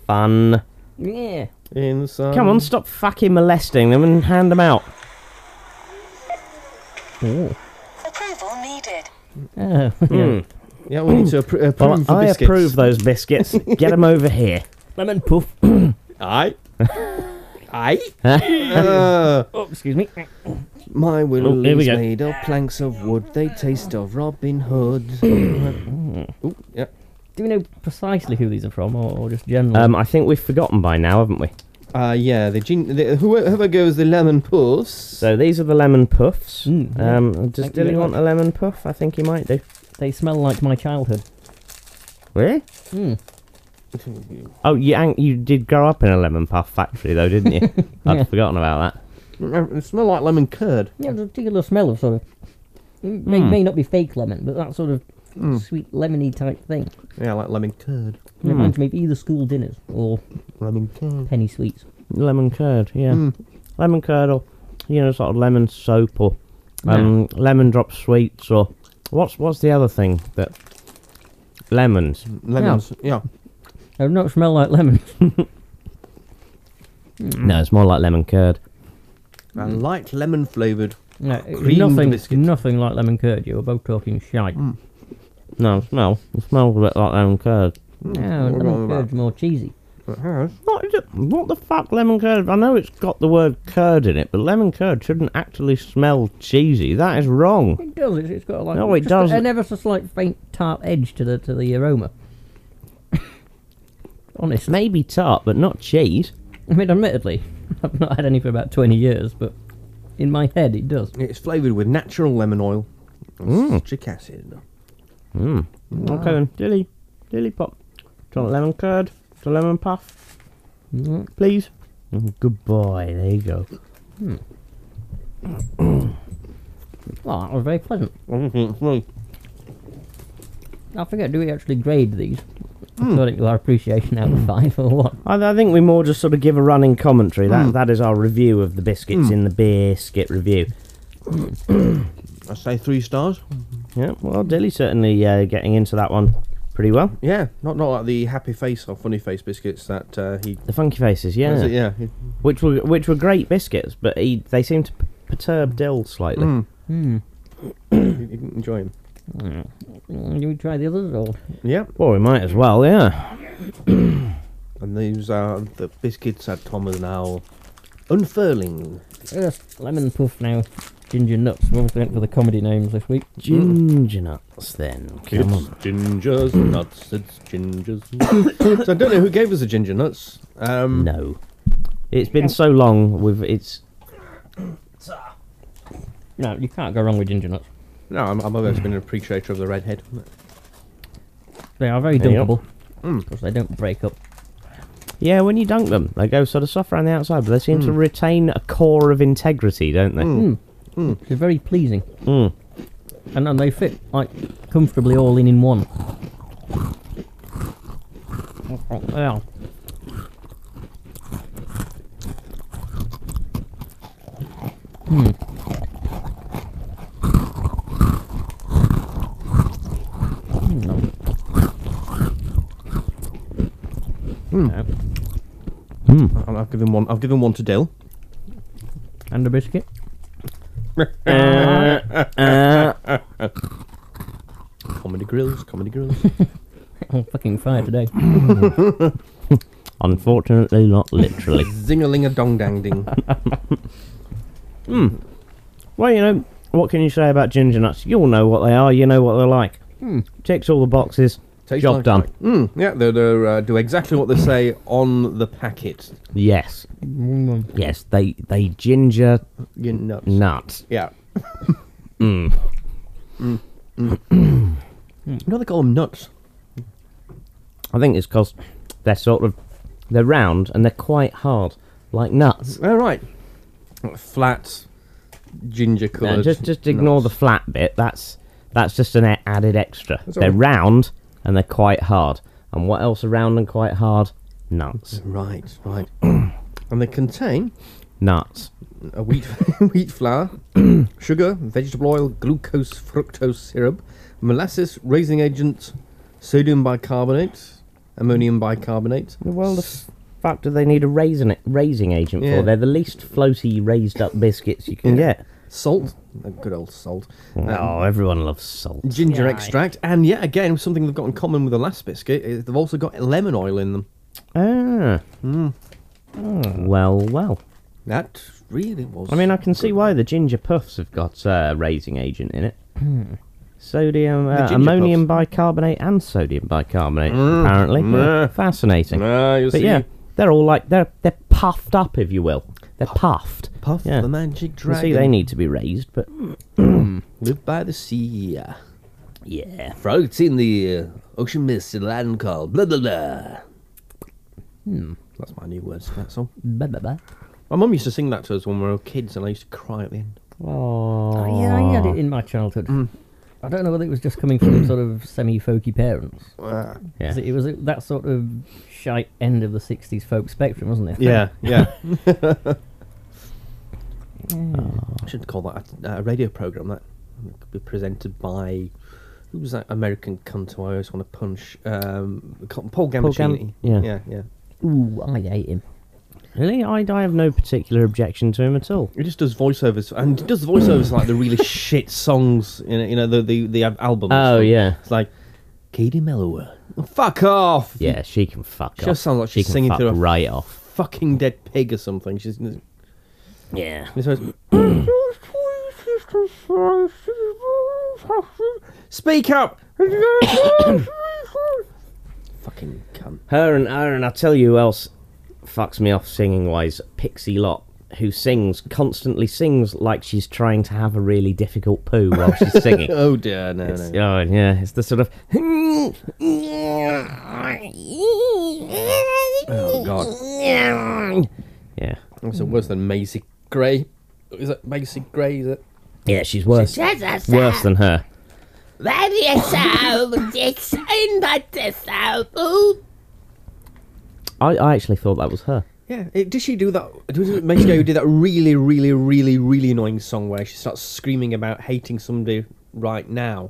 C: Fun.
B: Yeah.
D: In the sun.
C: Come on, stop fucking molesting them and hand them out.
F: Approval needed.
B: Oh, yeah.
C: Hmm.
D: Yeah, we need to appro- approve
C: Well,
D: for
C: I
D: biscuits.
C: approve those biscuits. Get them over here.
B: Lemon puff.
C: [LAUGHS]
D: Aye. Aye. Uh,
B: Oh, excuse me.
E: My willow
B: Oh, here we
E: is
B: go.
E: made of planks of wood. They taste of Robin Hood.
C: [COUGHS]
D: ooh, yeah.
B: Do we know precisely who these are from, or, or just generally?
C: Um, I think we've forgotten by now, haven't we?
D: Uh, yeah, the, gin- the whoever goes the lemon puffs.
C: So these are the lemon puffs.
B: Mm, yeah.
C: um, does
B: Thank you
C: Dilly
B: very
C: want a lemon puff? I think he might do.
B: they smell like my childhood.
C: Really?
B: Mm.
C: Oh, you ang- you did grow up in a lemon puff factory though, didn't you? I'd
B: Yeah.
C: forgotten about that.
D: Mm, It smell like lemon curd.
B: Yeah, there's a particular smell of sort of. It may, may not be fake lemon, but that sort of sweet lemony type thing.
D: Mm. Yeah, like lemon curd.
B: It reminds me of either school dinners or
D: Lemon curd. Mm,
B: penny sweets.
C: Lemon curd, yeah. Lemon curd or you know sort of lemon soap or um, lemon drop sweets or what's what's the other thing that lemons?
D: Lemons. Yeah.
B: They do not smell like lemon.
C: No, it's more like lemon curd.
D: A
C: Mm.
D: light lemon flavoured.
B: No, it-
D: Creamed
B: Uh, nothing,
D: biscuit.
B: nothing like lemon curd. You were both talking shite.
C: No, it smell. It smells a bit like lemon curd.
B: No,
D: Hmm, what
B: lemon
D: about that?
B: curd's more cheesy.
C: What, is it, what the fuck, lemon curd? I know it's got the word curd in it, but lemon curd shouldn't actually smell cheesy. That is wrong.
B: It does. It's, it's got like
C: No, it
B: just a-
C: doesn't.
B: an ever so slight faint tart edge to the to the aroma. Honest.
C: Maybe tart, but not cheese.
B: I mean, admittedly, [LAUGHS] I've not had any for about twenty years, but in my head it does.
D: It's flavoured with natural lemon oil and
C: Mm.
D: citric acid.
C: Hmm. Okay then, dilly, dilly pop. Do you want lemon curd? Do you want lemon puff? Please. Mm, Good boy. There you go.
B: Well, Oh, that was very pleasant.
C: Mm-hmm.
D: Mm.
B: I forget. Do we actually grade these
C: Hmm.
B: according to our appreciation out of five or what?
C: I, I think we more just sort of give a running commentary. That that is our review of the biscuits in the biscuit review.
D: I say three stars.
C: Yeah. Well, dilly certainly uh, getting into that one pretty well.
D: Yeah, not not like the happy face or funny face biscuits that uh, he.
C: The funky faces. Yeah.
D: Is it? Yeah. he-
C: which were which were great biscuits, but he, they seemed to p- perturb Dill slightly.
D: mm.
C: Hmm.
D: You didn't enjoy him.
B: Mm, Do we try the others or?
D: Yeah,
C: Well, we might as well, yeah.
D: and these are the biscuits that Tom is now unfurling.
B: Yes, lemon puff now. Ginger nuts. We obviously went for the comedy names this week.
C: Ginger nuts, then. Come on.
D: gingers [COUGHS] nuts. It's gingers. [COUGHS] so I don't know who gave us the ginger nuts. Um,
C: No, it's been so long. With it's
B: No, you can't go wrong with ginger nuts.
D: No, I'm, I've always been an appreciator of the redhead.
B: They are very
C: There you go.
B: dunkable because they don't break up.
C: yeah. When you dunk them, they go sort of soft around the outside, but they seem
D: Hmm.
C: to retain a core of integrity, don't they?
B: They're very pleasing. And then they fit like comfortably all in in one. Yeah. Hmm.
D: I'll, I'll give him one. I'll give him one to Dill.
B: And a biscuit. [LAUGHS]
C: Uh,
D: Comedy grills. Comedy grills.
B: Oh, fucking fire today.
C: Unfortunately, not
D: [LAUGHS]
C: literally.
D: Zing a ling a dong dang
C: [LAUGHS]
D: ding.
C: well, you know, what can you say about ginger nuts? You all know what they are. You know what they're like. Checks all the boxes.
D: Hmm. Tastes
C: Job
D: like
C: done.
D: crack. Mm, yeah, they they uh, do exactly what they say on the packet.
C: Yes.
D: Mm.
C: Yes, they they ginger
D: You nuts.
C: nuts. Hmm.
D: Yeah. mm. no, they call them nuts.
C: I think it's because they're sort of they're round and they're quite hard, like nuts.
D: All right. Flat, ginger coloured.
C: No, just just ignore the flat bit. That's that's just an a- added extra.
D: That's all
C: they're
D: right.
C: round and they're quite hard. And what else are round and quite hard? Nuts.
D: Right, right. [CLEARS THROAT] and they contain
C: Nuts.
D: a wheat [LAUGHS] wheat flour,
C: [CLEARS THROAT]
D: sugar, vegetable oil, glucose, fructose syrup, molasses, raising agent, sodium bicarbonate, ammonium bicarbonate.
C: The world of fuck do they need a raisin raising agent
D: Yeah.
C: for? They're the least floaty raised up biscuits you can
D: Yeah.
C: get.
D: Salt, a good old salt. um,
C: Oh, everyone loves salt.
D: ginger
B: Yeah.
D: extract, and yet again, something they've got in common with the last biscuit is they've also got lemon oil in them.
C: Ah.
D: Hmm.
C: Well, well.
D: That really was.
C: I mean, I can see why the ginger puffs have got uh, raising agent
D: [CLEARS THROAT]
C: in it. Sodium, uh,
D: ginger
C: ammonium bicarbonate, and sodium bicarbonate. Apparently,
D: yeah.
C: fascinating.
D: mm. Ah, you
C: but
D: see,
C: yeah, they're all like they're they're puffed up, if you will. They're puffed.
D: puff
C: Yeah.
D: the magic
C: You
D: dragon. Mm,
C: see, they need to be raised, but
E: Live by the sea.
C: yeah,
E: Frogs in the uh, ocean mist and Aladdin called. Blah, blah, blah.
C: Hmm.
D: That's my new words for that song.
B: Ba, ba, ba.
D: My mum used to sing that to us when we were kids, and I used to cry at the end.
C: oh,
B: Yeah, I had it in my childhood.
D: Mm.
B: I don't know whether it was just
D: [CLEARS THROAT]
B: coming from sort of semi-folky parents.
C: yeah.
B: 'Cause It was that sort of shite end of the 60s folk spectrum, wasn't it?
C: [LAUGHS]
D: yeah. I should call that a, a radio program. That could be presented by who was that American cunt who I always want to punch? Um, Paul Gambaccini.
C: yeah.
D: yeah, yeah.
B: Ooh, I hate him.
C: Really, I, I have no particular objection to him at all.
D: He just does voiceovers, and he does the voiceovers for, like the
C: [LAUGHS]
D: really shit songs, you know, you know the the the al- albums.
C: Oh, yeah.
D: it's like Katie Mellower. Fuck off! you
C: Yeah, she can fuck.
D: She
C: off.
D: sounds like
C: she
D: she's
C: can
D: singing
C: fuck
D: through a-
C: right off.
D: fucking dead pig or something. She's and
C: Yeah.
D: it's always, speak up. [COUGHS] fucking cunt.
C: Her and her and I tell you who else fucks me off singing wise, Pixie Lot, who sings constantly sings like she's trying to have a really difficult poo while she's singing. oh
D: Oh dear, no, no.
C: yeah, it's the sort of
D: Oh god.
C: Yeah.
D: It's worse than Maisie Gray. Is that Maisie Gray? Is it?
C: Yeah, she's worse.
A: That's
C: Worse than her.
A: very sound. It's in the sound.
C: I, I actually thought that was her.
D: Yeah. It, did she do that? Did Maisie [COUGHS] Gray did that really, really, really, really annoying song where she starts screaming about hating somebody right now?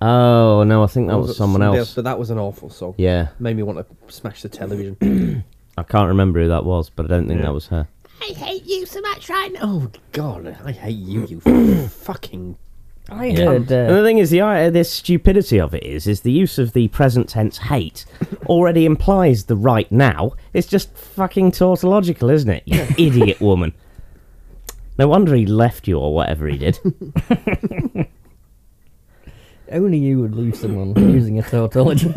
C: Oh no, I think that
D: Or
C: was,
D: it
C: someone
D: somebody
C: else.
D: But that was an awful song.
C: Yeah.
D: Made me want to smash the [COUGHS] television.
C: I can't remember who that was, but I don't think that was her.
A: I hate you so much right now.
D: oh god, I hate you, [COUGHS] you fucking.
B: I heard.
C: And
B: Uh,
C: the thing is, the uh, this stupidity of it is, is the use of the present tense hate already implies the right now. It's just fucking tautological, isn't it? You idiot woman. No wonder he left you or whatever he did.
B: only you would lose someone using
D: [COUGHS]
B: a tautology.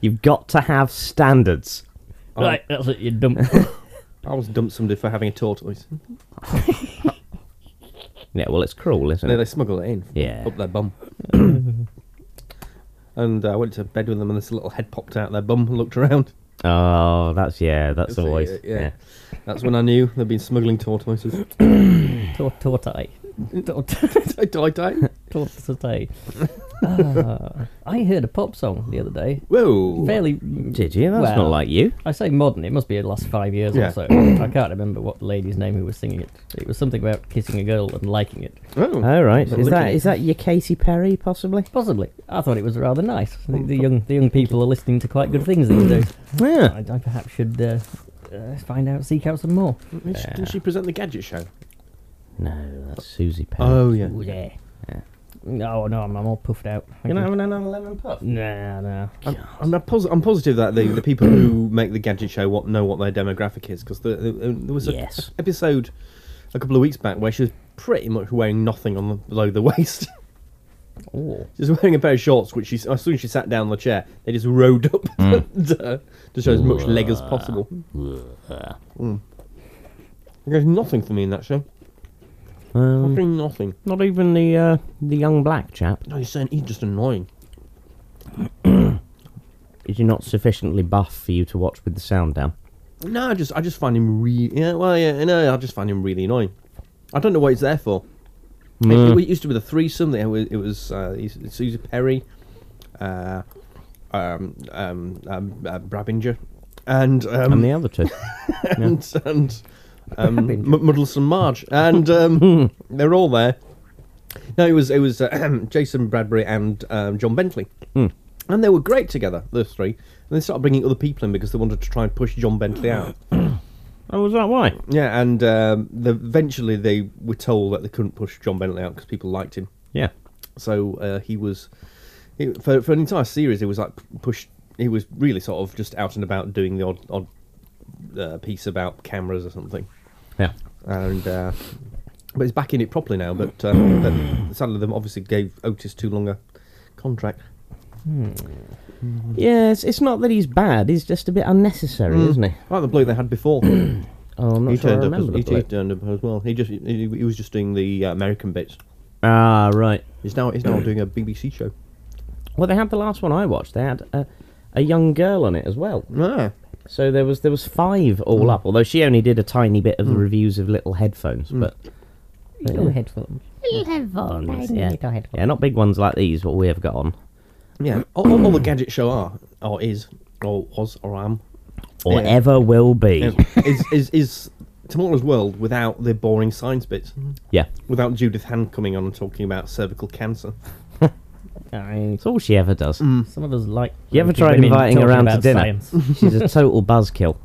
C: You've got to have standards.
B: right, that's it, you dump.
D: I was dumped somebody for having a tortoise.
C: [LAUGHS] Yeah, well, it's cruel, isn't
D: No, they
C: it?
D: smuggled it in.
C: Yeah.
D: Up their
C: [COUGHS]
D: bum. and uh, I went to bed with them, and this little head popped out their bum and looked around.
C: Oh, that's yeah, [LAUGHS] that's
D: So,
C: always
D: yeah,
C: yeah.
D: yeah. That's when I knew they'd been smuggling
C: [LAUGHS]
D: tortoises.
B: Taut- Tautai. [LAUGHS] Taut-
D: I died. I-
C: [LAUGHS]
B: Tautai. Ah, I heard a pop song the other day.
D: Whoa.
B: Fairly.
C: Did you? That's
B: Well,
C: not like you.
B: I say modern. It must be the last five years
D: Yeah.
B: or so. I can't remember what lady's name who was singing it. It was something about kissing a girl and liking it.
D: Oh.
C: All right,
D: Not
C: is that
D: looking-
C: is that your Katy Perry possibly?
B: Possibly. I thought it was rather nice. The, the young the young people are listening to quite good things these days. [COUGHS]
C: Yeah.
B: I, I perhaps should uh, uh, find out, seek out some more.
D: Didn't she- Didn't she present the gadget show?
C: No, that's Susie Perry.
D: Oh yeah.
B: Ooh, yeah. No, no, I'm, I'm all puffed out.
C: You're not having another lemon puff.
B: Nah, nah.
D: I'm, I'm, not posi- I'm positive that the, the people who [COUGHS] make the gadget show what, know what their demographic is because the, the, there was a
B: Yes.
D: episode a couple of weeks back where she was pretty much wearing nothing on the, below the waist.
B: Oh.
D: She's wearing a pair of shorts, which she, as soon as she sat down on the chair, they just rode up [LAUGHS] to, to show as much leg as possible. Mm. There's nothing for me in that show.
C: Um,
D: Fucking nothing.
C: not even the uh, the young black chap.
D: No, he's saying he's just annoying.
C: Is he not sufficiently buff for you to watch with the sound down?
D: No, I just I just find him really yeah. Well, yeah, no, I just find him really annoying. I don't know what he's there for. It- It,
C: Mm.
D: used to be the threesome. It was, it was uh, he's- Susie Perry, uh, um, um, um, uh, Brabinger, and um,
C: And the
D: [LAUGHS]
C: other two.
D: and and um, M- Muddleson Marge, and um, they're all there. No, it was it was uh, [CLEARS THROAT] Jason Bradbury and um, John Bentley, and they were great together, those three. And they started bringing other people in because they wanted to try and push John Bentley out.
C: oh, was that why?
D: yeah, and um, the, eventually they were told that they couldn't push John Bentley out because people liked him.
C: Yeah.
D: So uh, he was he, for for an entire series. He was like pushed. He was really sort of just out and about doing the odd odd uh, piece about cameras or something.
C: Yeah.
D: And uh, but he's back in it properly now. But, um, [COUGHS] but sadly, them obviously gave Otis too long a contract.
C: Yeah, it's, it's not that he's bad, he's just a bit unnecessary, isn't he?
D: Like the bloke they had before, Mm. [COUGHS] he
C: Oh, I'm not sure I
D: turned up. As,
C: remember
D: he,
C: the bloke.
D: turned up as well. He just he, he was just doing the uh, American bits.
C: Ah, right.
D: He's now he's now doing a BBC show.
C: Well, they had the last one I watched, they had a, a young girl on it as well.
D: Ah,
C: So there was there was five all
D: Mm.
C: up, although she only did a tiny bit of the reviews of little headphones,
D: Mm.
C: but
B: Little headphones.
C: Buns,
B: Headphones.
C: yeah.
B: Little headphones.
C: yeah, not big ones like these. What we have got on,
D: yeah. All, all- all the gadget show are or is or was or am
C: or
D: Yeah.
C: ever will be.
D: [LAUGHS] Yeah, is, is is tomorrow's world without the boring science bits,
C: yeah,
D: without Judith Hand coming on and talking about cervical cancer.
B: Aye.
C: it's all she ever does.
D: Mm.
B: Some of us like.
C: You ever
B: like
C: tried
B: women
C: inviting her
B: talking
C: around to
B: about
C: dinner? [LAUGHS]
B: science.
C: She's a total buzzkill.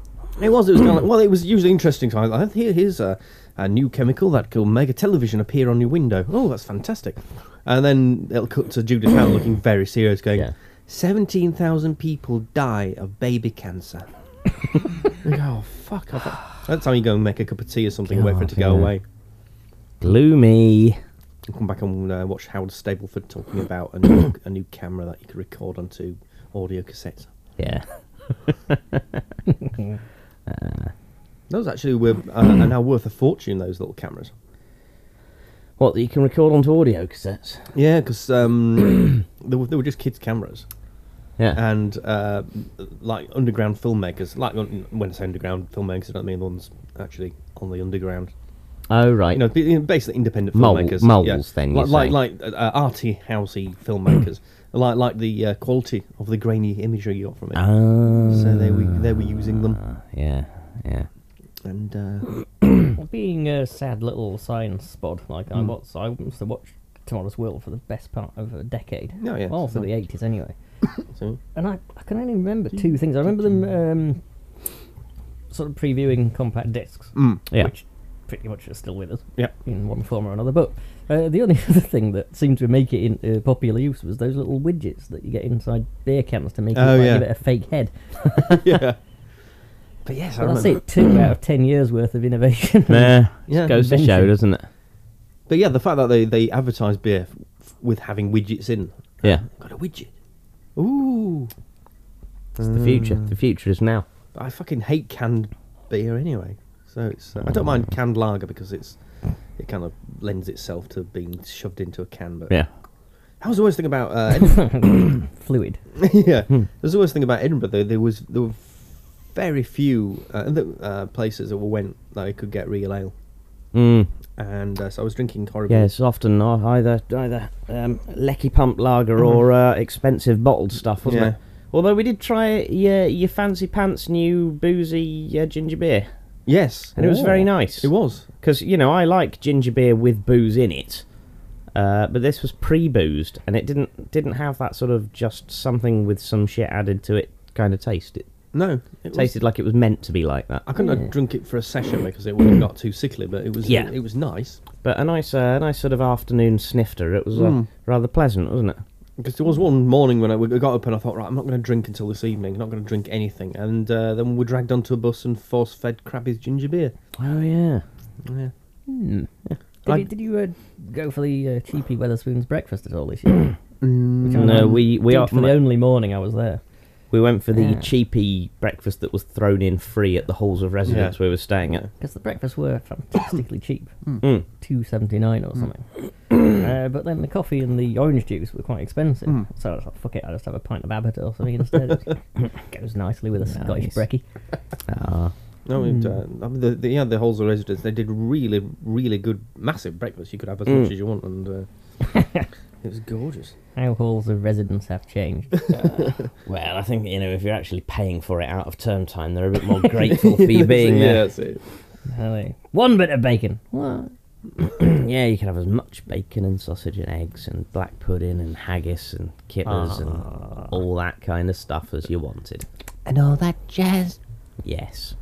D: It was. It was kind
C: [CLEARS THROAT]
D: of like, well, it was usually interesting. Times. Like, here, here's a, a new chemical that will make a television appear on your window. Oh, that's fantastic. And then it'll cut to Judith Hand
C: [CLEARS THROAT]
D: looking very serious, going,
C: Yeah.
D: 17,000 people die of baby
C: [LAUGHS]
D: cancer. you go, oh, fuck
C: [SIGHS]
D: off. That's how you go and make a cup of tea or something, wait for it to
C: God,
D: go
C: yeah.
D: away.
C: Gloomy.
D: And come back and uh, watch Howard Stableford talking about a
C: [CLEARS THROAT]
D: new, a new camera that you could record onto audio cassettes.
C: Yeah.
D: Those actually were uh, are now worth a fortune. Those little cameras.
C: What that you can record onto audio cassettes?
D: Yeah, because um, [CLEARS THROAT] they, were, they were just kids' cameras,
C: Yeah.
D: and uh, like underground filmmakers, like un- when I say underground filmmakers, I don't mean the ones actually on the underground.
C: oh right.
D: You know, be- basically independent
C: Mole-
D: filmmakers.
C: moles, then, you
D: like like,
C: say.
D: like uh, uh, arty housey
C: [CLEARS THROAT]
D: filmmakers, like like the uh, quality of the grainy imagery you got from it.
C: Ah,
D: so they were they were using them,
C: yeah, yeah.
D: and
C: [CLEARS THROAT]
D: uh,
B: Well, being a sad little science spod, like I was, I used to watch Tomorrow's World for the best part of a decade.
D: Oh, yeah,
B: Well, for the
D: so-
B: eighties anyway.
D: so
B: And I, I can only remember two things. I remember them um, sort of previewing compact discs,
C: Yeah.
B: which pretty much are still with us
D: Mm. yeah, [LAUGHS]
B: in one form or another. But uh, the only [LAUGHS] other thing that seemed to make it into popular use was those little widgets that you get inside beer cans to make
D: Oh,
B: it, like,
D: yeah.
B: give it a fake head.
D: yeah. But yes, I
B: Well, that's
D: remember.
B: it. Two out of ten years worth of innovation.
C: Nah,
D: Yeah,
C: goes to show,
B: invention.
C: doesn't it?
D: But yeah, the fact that they, they advertise beer f- with having widgets in.
C: Yeah.
D: Got a widget. Ooh.
C: It's the future. The future is now.
D: I fucking hate canned beer anyway. So it's uh, I don't mind canned lager because it's it kind of lends itself to being shoved into a can. But
C: Yeah.
D: I was always thinking about
C: [LAUGHS]
D: uh,
B: Fluid.
D: Edinburgh- [LAUGHS] yeah. I was always thinking about Edinburgh. There, there was there were very few uh, the, uh, places that we went that I could get real ale,
C: Mm.
D: and uh, so I was drinking horribly.
C: Yeah, it's often uh, either either um, lecky pump lager or uh, expensive bottled stuff, wasn't
D: Mm-hmm. Yeah.
C: it? Although we did try your your fancy pants new boozy uh, ginger beer,
D: Yes,
C: and it was very nice.
D: It was.
C: because you know I like ginger beer with booze in it, uh, but this was pre-boozed and it didn't didn't have that sort of just something with some shit added to it kind of taste. It
D: No, it was,
C: tasted like it was meant to be like that.
D: I couldn't have drunk it for a session because it would have got too sickly. But it was
C: Yeah.
D: it was nice
C: But a nice, uh, a nice sort of afternoon snifter. It was
D: Hmm.
C: uh, rather pleasant, wasn't it?
D: because there was one morning when I, we got up and I thought right I'm not going to drink until this evening. I'm not going to drink anything. And uh, then we were dragged onto a bus and force fed Krabby's ginger beer.
C: Oh yeah.
D: Yeah.
B: Did
C: I-
B: you, did you uh, go for the uh, cheapy Weatherspoons breakfast at all this year?
D: Hmm.
B: Which I
C: No, we we
B: did
C: are,
B: for the only morning I was there.
C: we went for the
B: Yeah.
C: cheapy breakfast that was thrown in free at the halls of residence
D: Yeah.
C: we were staying at.
B: because the breakfasts were fantastically cheap,
C: Mm.
B: two seventy nine
C: Hmm.
B: or something. uh, but then the coffee and the orange juice were quite expensive,
C: Hmm.
B: so I was like, "Fuck it, I'll just have a pint of Abbott or something instead."
C: [LAUGHS]
B: It goes nicely with a Scottish
C: Nice. Ah.
B: brekkie.
D: No,
E: Hmm.
D: we'd, uh, I mean, the, the, yeah, the halls of residence, they did really, really good, massive breakfast. You could have as much
E: Hmm.
D: as you want, and uh,
E: [LAUGHS]
D: it was gorgeous.
B: How halls of residence have changed.
C: Well, I think you know if you're actually paying for it out of term time, they're
D: [LAUGHS]
C: a bit more grateful for you being there.
D: that's it.
B: Hello. One bit of bacon. What?
C: Yeah, you can have as much bacon and sausage and eggs and black pudding and haggis and kippers and all that kind of stuff as you wanted.
A: And all that jazz.
C: Yes.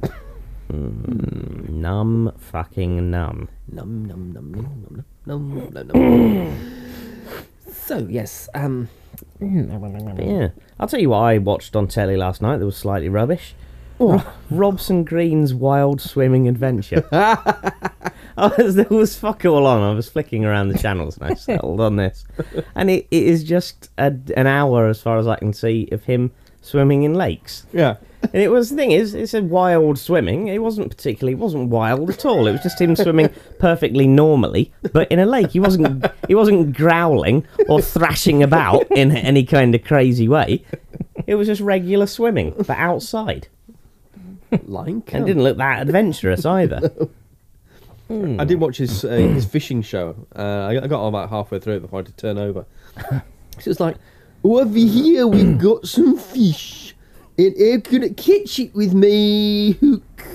C: mm, numb fucking numb.
E: Num num num num num num num
D: [COUGHS]
E: num. so yes, um,
C: But yeah, I'll tell you what I watched on telly last night that was slightly rubbish. Ro- Robson Green's Wild Swimming Adventure. [LAUGHS] I was, there was fuck all on. I was flicking around the channels and I settled on this. And it, it is just a, an hour, as far as I can see, of him swimming in lakes.
D: Yeah.
C: And it was the thing is, it's a wild swimming. It wasn't particularly, it wasn't wild at all. It was just him swimming perfectly normally, but in a lake. He wasn't, he wasn't growling or thrashing about in any kind of crazy way. It was just regular swimming, but outside,
E: like
D: Oh.
C: and didn't look that adventurous either.
D: I did watch his uh,
C: Mm.
D: his fishing show. Uh, I I got about halfway through it before I had to turn
C: [LAUGHS]
D: over.
E: So it's like, over here we got some fish, and who could catch it with me hook?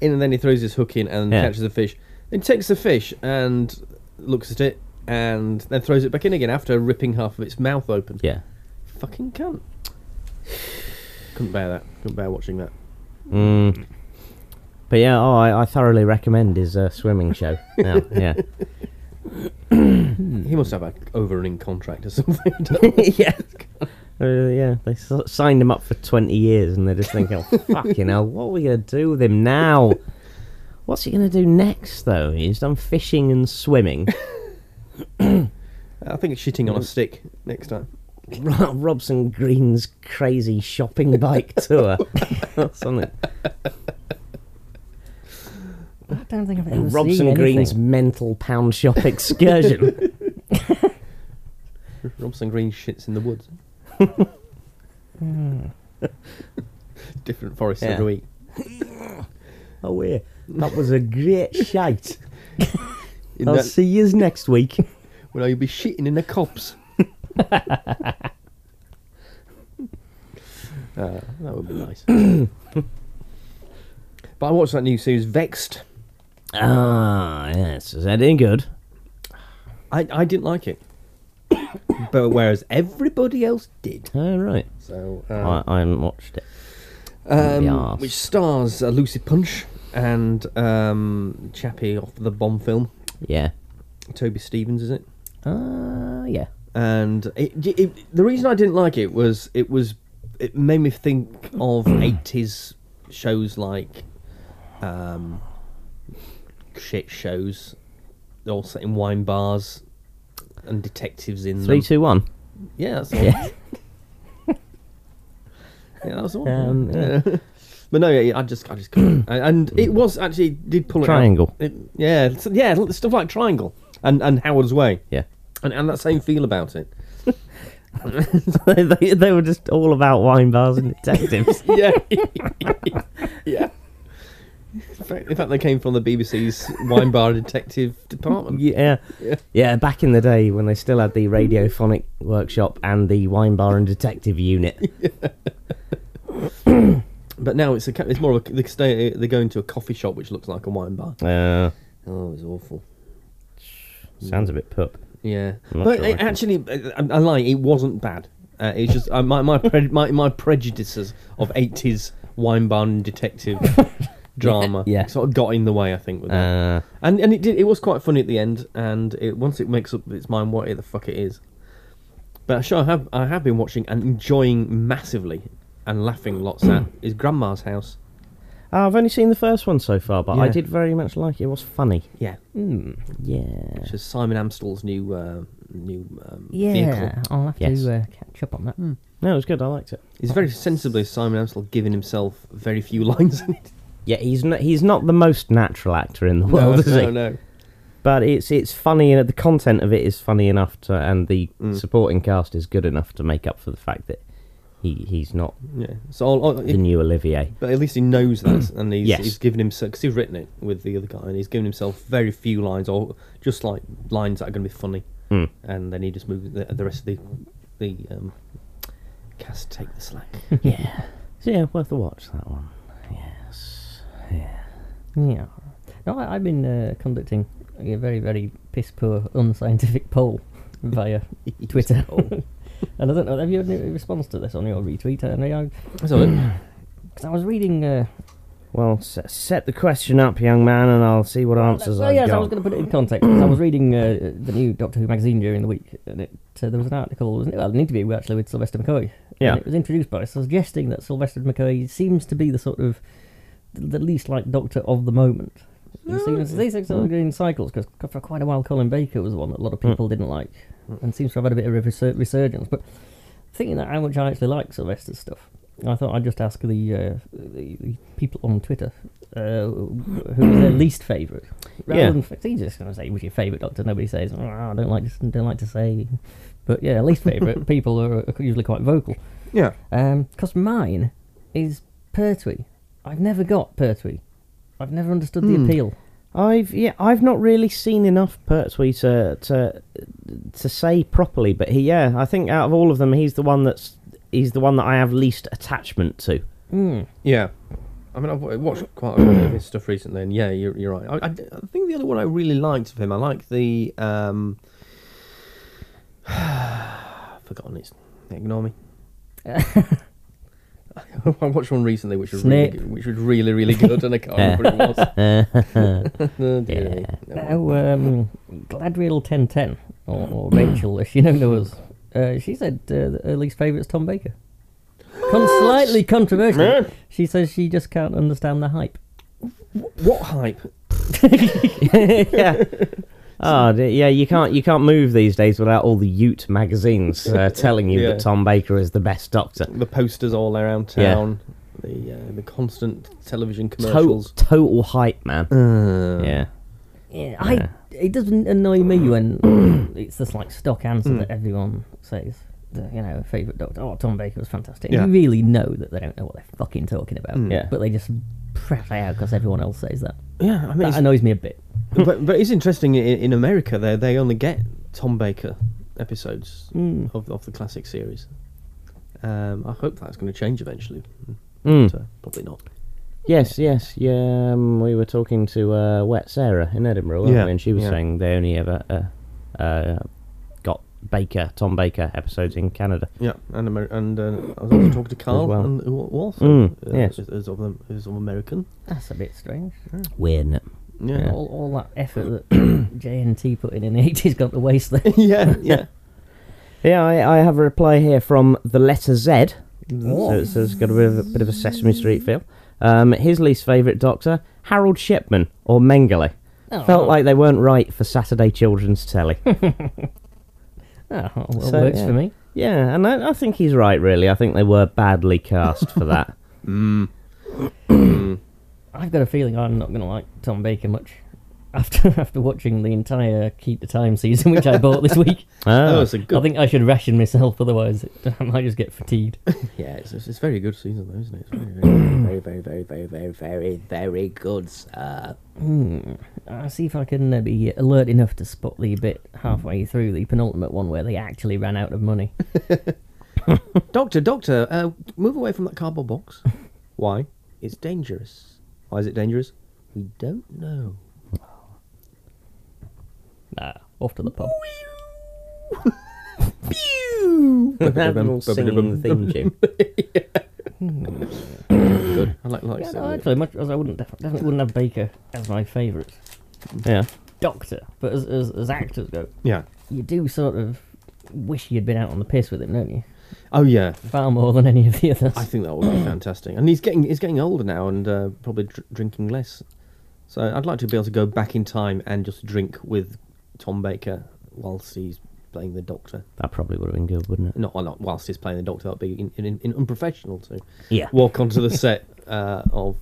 D: And then he throws his hook in and
C: Yeah.
D: catches a fish. Then takes the fish and looks at it and then throws it back in again after ripping half of its mouth open.
C: Yeah.
D: Fucking cunt. Couldn't bear that. Couldn't bear watching that.
C: Mm. But yeah, oh, I, I thoroughly recommend his uh, swimming show. Now, yeah. Hmm.
D: He must have an overrunning contract or something. [LAUGHS]
C: [LAUGHS] yeah. Uh, yeah, they s- signed him up for 20 years and they're just thinking, [LAUGHS] oh, fucking hell, what are we going to do with him now? What's he going to do next, though? He's done fishing and [LAUGHS] swimming.
D: I think it's shitting on
C: Hmm.
D: a stick next time.
C: Ro- Robson Green's crazy shopping [LAUGHS] bike tour. or something.
B: I don't think I've ever seen
C: Robson
B: anything.
C: Green's mental pound shop [LAUGHS] excursion.
D: Robson Green shits in the woods. Hmm. [LAUGHS] Different forest
C: Yeah.
D: every week.
C: oh, yeah. That was a great shite.
D: In
C: I'll
D: that-
C: see you next week.
D: Well, you'll be shitting in the [LAUGHS] cobs. uh, that would be nice. [COUGHS] but I watched that new series, Vexed.
C: [LAUGHS] Ah, yes. Is that any good?
D: I, I didn't like it. [COUGHS] but whereas everybody else did.
C: All Oh, right.
D: So,
C: I,
D: uh,
C: I haven't watched it.
D: um,
C: Yes.
D: which stars uh, Lucy Punch and um, Chappie off the bomb film.
C: Yeah.
D: Toby Stevens, is it?
C: Uh, yeah.
D: and it, it, the reason I didn't like it was it was it made me think
C: [CLEARS THROAT]
D: of eighties shows like um, shit shows, they're all set in wine bars and detectives in
C: Three,
D: them.
C: two, one.
D: Yeah, that's the one.
C: Yeah.
D: [LAUGHS] Yeah, that was the one.
C: Um,
D: yeah. [LAUGHS] But no, yeah, yeah, I just, I just
C: [CLEARS THROAT]
D: couldn't. And- and it was actually did pull it out.
C: Triangle.
D: It, yeah, it's- yeah, stuff like Triangle and and Howard's Way,
C: Yeah. [LAUGHS]
D: and and that same feel about it.
C: they, they were just all about wine bars and
D: [LAUGHS]
C: detectives.
D: yeah. yeah. In fact, in fact, they came from the BBC's wine bar detective department.
C: yeah.
D: Yeah.
C: Yeah, back in the day when they still had the radiophonic workshop and the wine bar and
D: [LAUGHS]
C: detective unit.
D: But now it's a, ca- it's more of a, they stay they go into a coffee shop which looks like a wine bar.
C: Uh,
D: Oh, it's awful.
C: sounds a bit pup.
D: Yeah,
C: I'm not
D: but
C: sure I
D: it
C: can-
D: actually, I, I lie, it wasn't bad. Uh, it's just uh, my my, pre- my my prejudices of eighties wine-bound
C: [LAUGHS]
D: detective drama
B: Yeah.
D: sort of got in the way, I think, with that.
C: Uh,
D: And and it did, it was quite funny at the end, and it once it makes up its mind what it the fuck it is. But sure, I have I have been watching and enjoying massively, and laughing lots at is Grandma's House.
C: I've only seen the first one so far, but I
D: Yeah.
C: did very much like it. It was funny.
D: Yeah,
C: Yeah.
D: which is Simon Amstel's new uh, new um,
B: Yeah,
D: vehicle.
B: I'll have
C: Yes. Hmm.
B: to uh, catch up on that. [LAUGHS]
C: No, it was good. I liked it.
D: It's very sensibly Simon Amstel giving himself very few [LAUGHS] lines in it.
C: Yeah, he's not, he's not the most natural actor in the world, is he?
D: no, no.
C: But it's it's funny, and the content of it is funny enough to, and the
D: Mm.
C: supporting cast is good enough to make up for the fact that he he's not
D: Yeah. So I'll, I'll-
C: the new Olivier.
D: But at least he knows that, and he's,
C: Yes.
D: he's given himself because he's written it with the other guy, and he's given himself very few lines, or just like lines that are going to be funny,
C: Mm.
D: and then he just moves the, the rest of the the um, cast take the slack.
C: yeah. So yeah, worth a watch that one. Yes. Yeah.
B: Yeah. No, I, I've been uh, conducting a very, very piss poor, unscientific poll via Twitter. [LAUGHS] and I don't know, have you had any response to this on your retweet? Uh, I mean,
D: So
B: [CLEARS THROAT] because I, was reading. Uh,
C: Well, s- set the question up, young man, and I'll see what answers
B: well, oh,
C: I've
B: yes,
C: got.
B: I was going to put it in context. 'cause I was reading uh, the new Doctor Who magazine during the week, and it, uh, there was an article, wasn't it? Well, an interview actually with Sylvester McCoy.
C: Yeah.
B: And it was introduced by suggesting that Sylvester McCoy seems to be the sort of the least like Doctor of the moment. He seems, these things are in cycles because for quite a while Colin Baker was one that a lot of
C: Hmm.
B: people didn't like, and seems to have had a bit of a resurg- resurgence. But thinking that how much I actually like Sylvester's stuff, I thought I'd just ask the uh, the, the people on Twitter uh, who was their least favourite. Rather
C: Yeah.
B: than f- he's just going to say, "Who's your favourite Doctor?" Nobody says, oh, "I don't like to, don't like to say," but yeah, least favourite people are, are usually quite vocal.
D: yeah,
B: Because mine is Pertwee. I've never got Pertwee. I've never understood the appeal.
C: I've yeah, I've not really seen enough Pertwee to to to say properly, but he yeah, I think out of all of them, he's the one that's he's the one that I have least attachment to.
D: yeah. I mean, I've wa- watched quite a lot of his stuff recently, and yeah, you're, you're right. I, I, I think the other one I really liked of him, I like the. Um, [SIGHS] I've forgotten it. Ignore [LAUGHS] me. I watched one recently, which was really,
B: Snape.
D: good- which was really, really good, and I can't remember what it was. [LAUGHS] Oh, dear me. Never mind.
B: Now, um, Gladriel 1010, or, or
D: [COUGHS]
B: Rachel, as she now knows, uh, she said uh, that her least favourite's Tom Baker. Con- slightly controversial. She says she just can't understand the hype.
D: What hype? [LAUGHS]
C: yeah. Oh d- yeah, you can't you can't move these days without all the Ute magazines
D: [LAUGHS]
C: uh, telling you
D: Yeah.
C: that Tom Baker is the best Doctor.
D: The posters all around
C: Yeah.
D: town. The uh, the constant television
C: Total,
D: commercials. Uh.
C: total hype, man. yeah,
B: Yeah, I, it doesn't annoy me
D: [COUGHS]
B: when it's this like stock answer
D: Hmm.
B: that everyone says. The, you know, favourite doctor. Oh, Tom Baker was fantastic.
D: Yeah. Hmm.
B: You really know that they don't know what they're fucking talking about.
C: Yeah.
B: But they just prat out because everyone else says that.
D: yeah, I mean,
B: That annoys me a bit.
D: but, but it's interesting in, in America they they only get Tom Baker episodes
B: Hmm.
D: of of the classic series. Um, I hope that's going to change eventually.
B: Hmm.
C: Mm.
D: But, uh, probably not.
C: Yes, yes, yeah. Um, we were talking to uh, Wet Sarah in Edinburgh, weren't
D: Yeah,
C: we? and she was
D: yeah.
C: saying they only ever uh, uh, got Baker, Tom Baker episodes in Canada.
D: Yeah, and Amer- and uh, I was also talking to Carl,
C: well.
D: and who who also
B: Hmm,
C: Mm,
D: uh,
C: yes.
D: is, is of them, is of American.
B: That's a bit strange.
C: Weird. innit?
D: Yeah,
B: All, all that effort that [CLEARS THROAT] J&T put in in the [LAUGHS] 80s gone to waste [LAUGHS] there.
D: [LAUGHS] yeah, yeah.
C: Yeah, I, I have a reply here from the letter Z. So it says got a bit of a, bit of a Sesame Street feel. Um, his least favourite Doctor, Harold Shipman or Mengele. Felt like they weren't right for Saturday children's telly. [LAUGHS]
B: Oh, well,
C: So,
B: works
C: yeah.
B: for me.
C: yeah, and I, I think he's right, really. I think they were badly cast for that.
B: I've got a feeling I'm not going to like Tom Baker much [LAUGHS] after after watching the entire Keep the Time season, which I bought this [LAUGHS] week.
D: Oh,
C: Oh,
D: it's a good.
B: Ah, I think I should ration myself, otherwise [LAUGHS] I might just get fatigued.
D: Yeah, it's, it's, it's very good season though, isn't it? It's
B: [COUGHS]
D: very, very, very, very, very, very, very, very good. Sir.
B: I'll see if I can uh, be alert enough to spot the bit halfway through the penultimate one where they actually ran out of money.
D: Doctor, doctor, uh, move away from that cardboard
B: [LAUGHS]
D: box. Why? It's dangerous. Why is it dangerous? We don't know.
B: Nah, [LAUGHS] off to the pub.
C: Ah. Now they're all singing the theme tune.
D: Good. like like
B: Yeah,
D: so.
B: no, actually, much as I wouldn't def- definitely wouldn't have Baker as my favourite
C: Yeah.
B: doctor, but as, as as actors go,
D: yeah.
B: you do sort of wish you'd been out on the piss with him, don't you?
D: Oh yeah.
B: Far more than any of the others.
D: I think that would be fantastic. And he's getting he's getting older now and uh, probably dr- drinking less. So I'd like to be able to go back in time and just drink with Tom Baker whilst he's playing the Doctor.
C: That probably would have been good, wouldn't it?
D: Not well, not whilst he's playing the Doctor. That'd be in, in, in unprofessional too.
C: Yeah.
D: Walk onto the set [LAUGHS] uh, of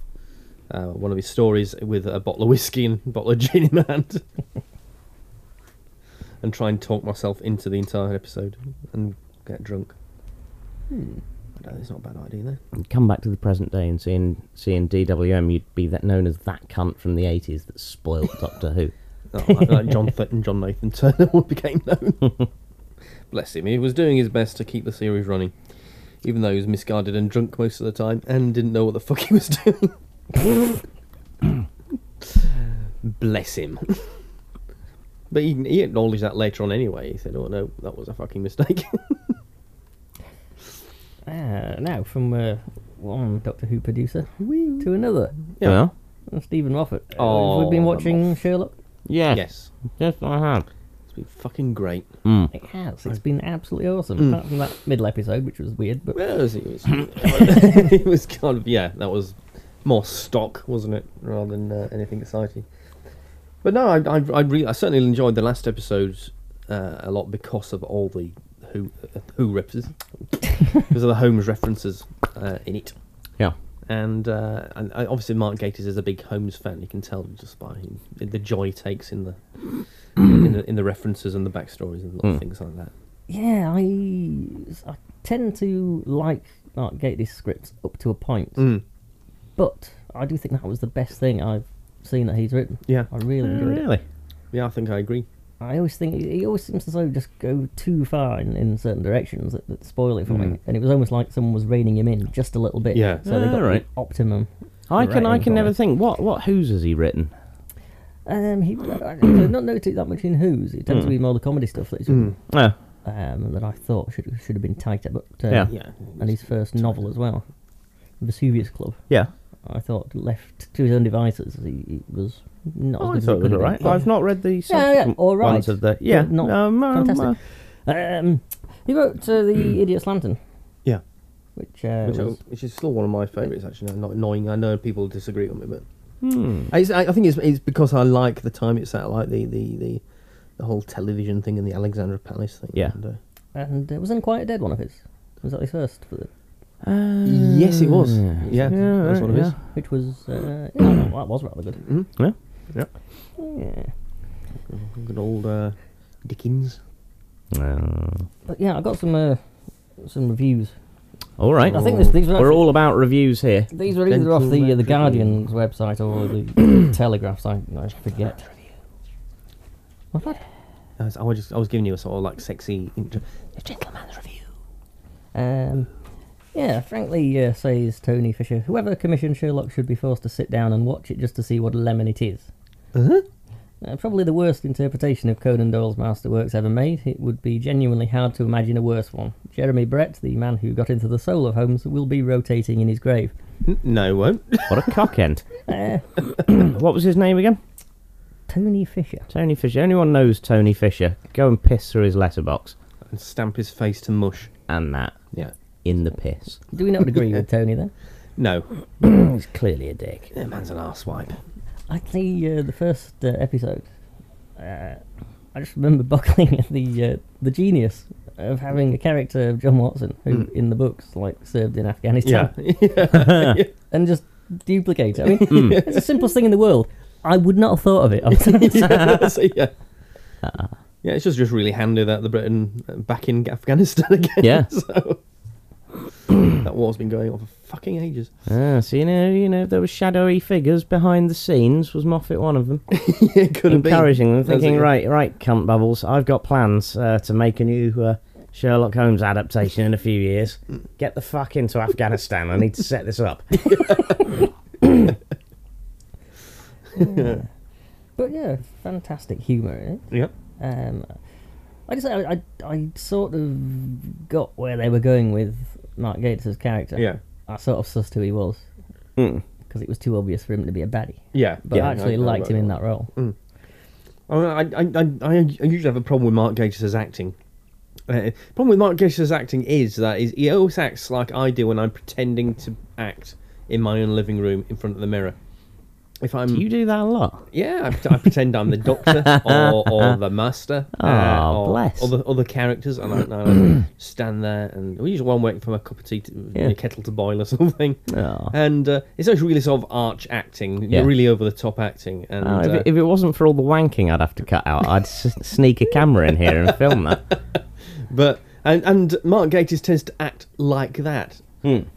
D: uh, one of his stories with a bottle of whiskey and [LAUGHS] a bottle of gin in my hand. [LAUGHS] And try and talk myself into the entire episode and get drunk. Hmm. I don't, it's not a bad idea, though.
C: And come back to the present day and seeing seeing DWM, you'd be that known as that cunt from the eighties that spoiled Doctor Who.
D: Oh, like, like [LAUGHS] John Th- and John Nathan Turner [LAUGHS] became known. [LAUGHS] Bless him, he was doing his best to keep the series running, even though he was misguided and drunk most of the time and didn't know what the fuck he was doing. [LAUGHS] Bless him. [LAUGHS] But he, he acknowledged that later on anyway. He said, "Oh no, that was a fucking mistake." [LAUGHS]
B: Ah, now, from uh, one Doctor Who producer to another,
D: Yeah.
C: Well,
B: Uh, Stephen Moffat. Uh,
D: Oh,
B: we've been
D: the
B: watching Sherlock.
C: yes, yes,
D: yes,
C: I have.
D: it's been fucking great.
C: Mm.
B: It has. It's been absolutely awesome. Apart from that middle episode, which was weird, but
D: Mm. Well, it was, it was, [LAUGHS] it was kind of yeah, that was more stock, wasn't it, rather than uh, anything exciting. But no, I I, I, really, I certainly enjoyed the last episodes uh, a lot because of all the who uh, who references, because of the Holmes references uh, in it,
C: Yeah.
D: and uh, and I, obviously Mark Gatiss is a big Holmes fan. You can tell just by him, the joy he takes in the in the, in the references and the backstories and little things like that.
B: yeah, I, I tend to like Mark Gatiss scripts up to a point,
D: Mm.
B: but I do think that was the best thing I've seen that he's written.
D: Yeah,
B: I really enjoyed it.
C: Really?
D: yeah, I think I agree.
B: I always think he always seems to sort of just go too far in, in certain directions that, that spoil it for
C: Mm.
B: me. And it was almost like someone was reining him in just a little bit.
D: Yeah.
B: So they got
C: Alright.
B: the optimum.
C: I can I
B: Writing
C: can
B: for
C: never
B: it.
C: think what what who's has he written?
B: Um, he, I've not noticed that much in Who's. It
C: Hmm.
B: tends to be more the comedy stuff that he's written,
C: Oh,
B: um, that I thought should should have been tighter. But uh,
C: Yeah.
D: Yeah,
B: and his first novel as well, Vesuvius Club.
C: yeah.
B: I thought left to his own devices, he, he was not.
C: Oh, I
B: as good
C: thought it
B: as he
C: was
B: could have been.
C: alright. I've not read the
B: yeah,
C: subsequent
B: all right.
C: ones of the yeah.
B: But not
C: um, um,
B: fantastic.
C: uh,
B: Um, he wrote uh,
C: Hmm.
B: the Idiot's Lantern,
D: yeah.
B: which, uh,
D: which, I-
B: was-
D: which is still one of my favourites. Actually, not annoying. I know people disagree with me, but
C: hmm.
D: It's- I, I think it's, it's because I like the time it's at, I like the the, the the whole television thing and the Alexandra Palace thing.
C: Yeah.
D: And, uh,
B: and it was in Quite a Dead one of his. Was that his first? For the,
D: yes, it was. Yeah,
C: Uh, yeah,
D: that's one of
C: yeah.
D: his.
B: which was uh, yeah, that that was rather good.
C: Hmm. yeah.
B: Yeah.
D: Good old uh, Dickens.
C: Uh,
B: But yeah, I got some uh, some reviews.
C: all right.
B: I think this, these were
C: We're
B: actually-
C: all about reviews here.
B: These were either off the uh, the
D: Gentlemetric
B: [CLEARS THROAT] Guardian's website or [CLEARS THROAT] the Telegraph's. I, I forget. What? that?
D: I was, I was just I was giving you a sort of like sexy intro.
B: Um, yeah, frankly, uh, says Tony Fisher, whoever commissioned Sherlock should be forced to sit down and watch it just to see what a lemon it is.
C: Uh-huh.
B: Uh, probably the worst interpretation of Conan Doyle's masterworks ever made. It would be genuinely hard to imagine a worse one. Jeremy Brett, the man who got into the soul of Holmes, will be rotating in his grave.
D: N- No, it won't.
C: What
B: [LAUGHS]
C: a cockend.
B: Uh,
C: [COUGHS] What was his name again?
B: Tony Fisher.
C: Tony Fisher. Anyone knows Tony Fisher? Go and piss through his letterbox
D: And stamp his face to mush.
C: and that
D: Yeah.
C: in the [LAUGHS] piss.
B: Do we not agree with Tony then?
D: No,
C: He's clearly a dick.
D: that man's an arsewipe.
B: Actually, uh, the first uh, episode, uh, I just remember [LAUGHS] buckling at the uh, the genius of having a character of John Watson who, in the books, like served in
D: [LAUGHS]
B: Afghanistan, [LAUGHS] and just duplicate it. I mean, it's the simplest thing in the world. I would not have thought of it. I'm sorry.
D: So, yeah. Yeah, it's just, just really handy that the Britain uh, back in Afghanistan [LAUGHS] again.
C: Yeah.
D: [CLEARS THROAT] so that war's been going on for fucking [LAUGHS] ages.
C: Ah, so you know, you know, there were shadowy figures behind the scenes. Was Moffat one of them?
D: it could have been
C: Encouraging them,
D: That's
C: thinking,
D: it.
C: right, right, cunt bubbles. I've got plans uh, to make a new uh, Sherlock Holmes adaptation in a few years. Get the fuck into Afghanistan. I need to set this up.
B: [LAUGHS] but yeah, fantastic humour. in it.
D: Yep.
B: Um, I just I, I I sort of got where they were going with Mark Gates's character.
D: Yeah.
B: I sort of sussed who he was. because it was too obvious for him to be a baddie.
D: Yeah,
B: But I actually liked him in that role.
D: I, Oh, I, I, I usually have a problem with Mark Gatiss' acting. Uh, problem with Mark Gatiss' acting is that is he always acts like I do when I'm pretending to act in my own living room in front of the mirror. If I'm
C: [LAUGHS] You do that a lot.
D: Yeah, I, I pretend I'm the doctor or,
C: [LAUGHS]
D: or the master. uh,
C: Oh,
D: or
C: bless.
D: Other, other characters. And I,
C: [CLEARS THROAT]
D: and I stand there and we usually one waiting for my cup of tea, to,
C: Yeah.
D: kettle to boil or something.
C: Oh.
D: And uh, it's actually really sort of arch acting,
C: Yeah.
D: really over the top acting. And
C: Oh, if,
D: uh,
C: it, if it wasn't for all the wanking I'd have to cut out, I'd s- [LAUGHS] sneak a camera in here and
D: [LAUGHS]
C: film that.
D: But and and Mark Gatiss tends to act like that.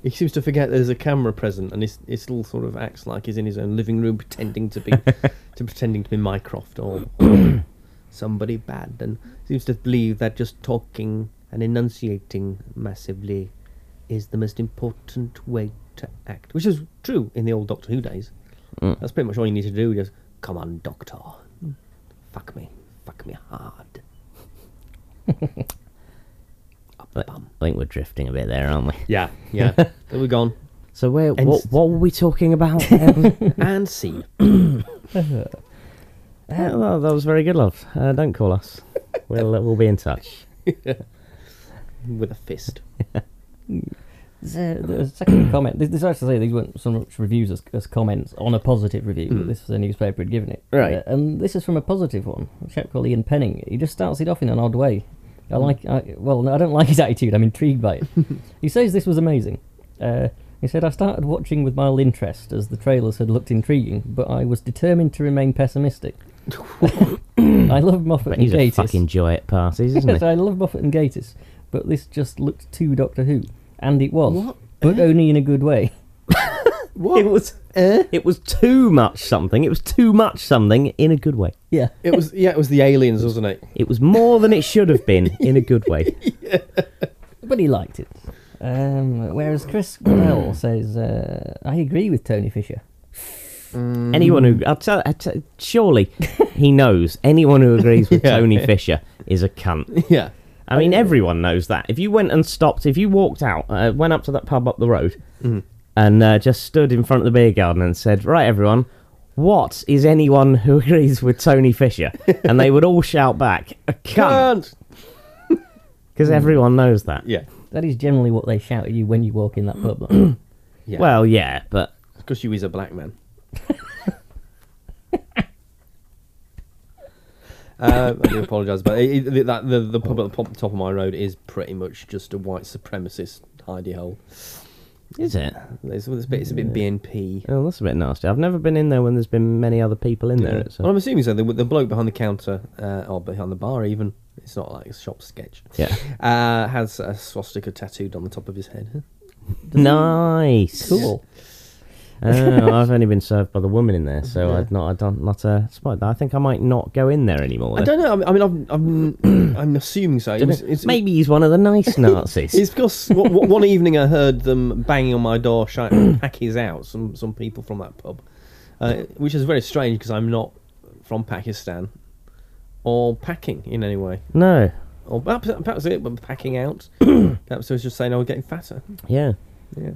D: He seems to forget there's a camera present, and he he still sort of acts like he's in his own living room, pretending to be to pretending to be Mycroft or, or somebody bad, and seems to believe that just talking and enunciating massively is the most important way to act, which is true in the old Doctor Who days. That's pretty much all you need to do. Just come on, Doctor, fuck me, fuck me hard.
C: But I think we're drifting a bit there, aren't we?
D: Yeah, [LAUGHS] yeah. there we gone.
C: So where,
D: And
C: what,
D: s-
C: what were we talking about?
D: and C.
C: Yeah, Uh, well, that was very good, love. Uh, don't call [LAUGHS] us. We'll uh, we'll be in touch.
D: with a fist.
B: The, the second [CLEARS THROAT] comment. This, this actually these weren't so much reviews as, as comments on a positive review. But this was a newspaper had given it.
C: Right.
B: Uh, and this is from a positive one. A chap called Ian Penning. He just starts it off in an odd way. I like. I, well, no, I don't like his [LAUGHS] attitude. I'm intrigued by it. he says this was amazing. Uh, he said I started watching with mild interest as the trailers had looked intriguing, but I was determined to remain pessimistic. I love Moffat
C: But
B: and
C: he's a
B: Gatiss.
C: fucking joy at parties, isn't
D: [LAUGHS]
B: Yes,
C: he?
B: I love Moffat and Gatiss, but this just looked too Doctor Who, and it was, but only in a good way.
C: It was it was too much something. It was too much something in a good way.
B: Yeah,
D: It was yeah, it was the aliens, wasn't it?
C: It was more than it should have been in a
D: [LAUGHS]
C: good way.
B: but he liked it. Um, whereas Chris Grinnell says, uh, "I agree with Tony Fisher."
D: Mm.
C: Anyone who I'll tell, i tell, surely he knows anyone who agrees with
D: [LAUGHS] Yeah.
C: Tony Fisher is a cunt.
D: [LAUGHS] Yeah.
C: I mean, everyone knows that. If you went and stopped, if you walked out, uh, went up to that pub up the road,
D: Mm.
C: and uh, just stood in front of the beer garden and said, "Right, everyone, what is anyone who agrees with Tony Fisher?" and they would all shout back, "A cunt,"
D: Can't.
C: because everyone knows that.
D: Yeah.
B: That is generally what they shout at you when you walk in that pub. like,
D: Yeah.
C: Well, yeah, but
D: because you is a black man. [LAUGHS] uh, I do apologise, but it, it, that, the the pub at the pop- top of my road is pretty much just a white supremacist hidey hole.
C: is it?
D: It's, it's a bit, it's a bit BNP.
C: Oh, that's a bit nasty. I've never been in there when there's been many other people in there. It's a-
D: Well, I'm assuming so. The, the bloke behind the counter, uh, or behind the bar, even it's not like a shop sketch.
C: Yeah.
D: [LAUGHS] uh, has a swastika tattooed on the top of his head.
C: Nice.
B: cool.
C: Oh, I've only been served by the woman in there, so I'd not, I don't, not uh, spot that. I think I might not go in there anymore.
D: I
C: then.
D: don't know. I mean, I mean I'm, I'm, I'm [CLEARS THROAT] assuming so. It was- it's,
C: Maybe he's one of the nice
D: [LAUGHS]
C: Nazis.
D: It's because w- w- one evening I heard them banging on my door, [CLEARS THROAT] shouting "Packies out!" Some some people from that pub, uh, which is very strange because I'm not from Pakistan or packing in any way,
C: no.
D: or perhaps, perhaps it, but packing [CLEARS THROAT] out. perhaps it was just saying I was getting fatter.
C: Yeah.
D: Yeah.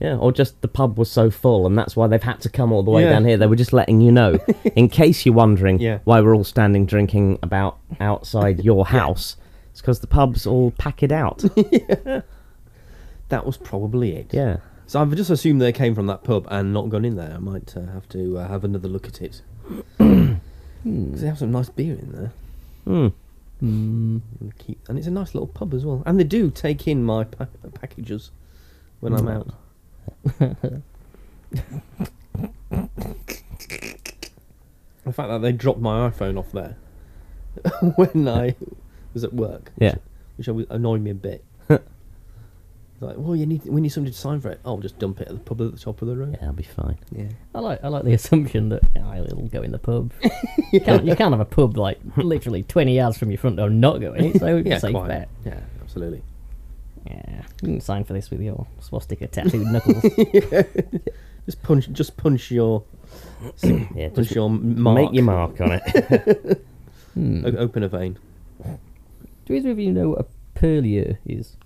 C: Yeah, or just the pub was so full, and that's why they've had to come all the way
D: Yeah.
C: down here. They were just letting you
D: [LAUGHS]
C: know, in case you're wondering
D: Yeah.
C: why we're all standing drinking about outside your house. It's because the pub's all packed
D: [LAUGHS]
C: out.
D: That was probably it.
C: yeah.
D: So I've just assumed they came from that pub and not gone in there. I might uh, have to uh, have another look at [CLEARS THROAT] it. Hmm. 'Cause they have some nice beer in there.
C: Hmm.
B: Hmm.
D: And keep- and it's a nice little pub as well. And they do take in my pa- packages when I'm [LAUGHS] out. the fact that they dropped my iPhone off there [LAUGHS] when I was at work,
C: Yeah.
D: which always annoyed me a bit. [LAUGHS] like, well, you need we need somebody to sign for it. I'll just dump it at the pub at the top of the road.
C: Yeah, I'll be fine.
D: Yeah.
B: I like I like the [LAUGHS] assumption that "Ah, it'll go in the pub. you, can't, you can't have a pub like literally twenty yards from your front door not going. So it's
D: Yeah,
B: a safe
D: quite.
B: bet.
D: Yeah, absolutely.
B: Yeah, didn't sign for this with your swastika tattooed knuckles.
D: Just punch, just punch your,
C: Yeah, just
D: punch your mark.
C: make your mark on [LAUGHS] it.
B: Hmm.
D: O- open a vein.
B: Do either of you know what a purlieu is?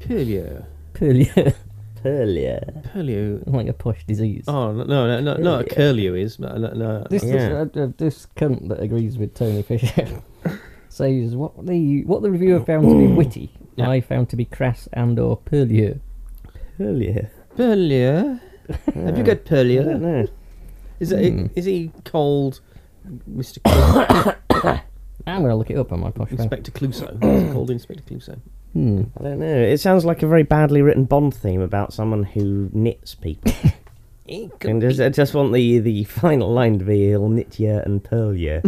D: Purlieu.
B: Purlieu.
C: Perlier.
D: Curlew.
B: Like a Oh posh disease.
D: Oh no no no no! A curlew is no no. no.
B: This
C: Yeah.
B: this, uh, uh, this cunt that agrees with Tony Fisher [LAUGHS] says what the what the reviewer found to be witty,
D: Yeah.
B: I found to be crass and or purlieu.
C: Perlier.
D: Perlier. Have you got Hmm.
C: I don't
D: Perlier?
C: know.
D: Is it? Is he called Mr. [COUGHS] Clu-
B: I'm gonna look it up on my posh friend.
D: Inspector Clouseau? Is he called Inspector Clouseau?
B: Hmm.
C: I don't know. It sounds like a very badly written Bond theme about someone who knits [LAUGHS] people. and just- I just want the, the final line to be "He'll knit you and pearl [LAUGHS] you."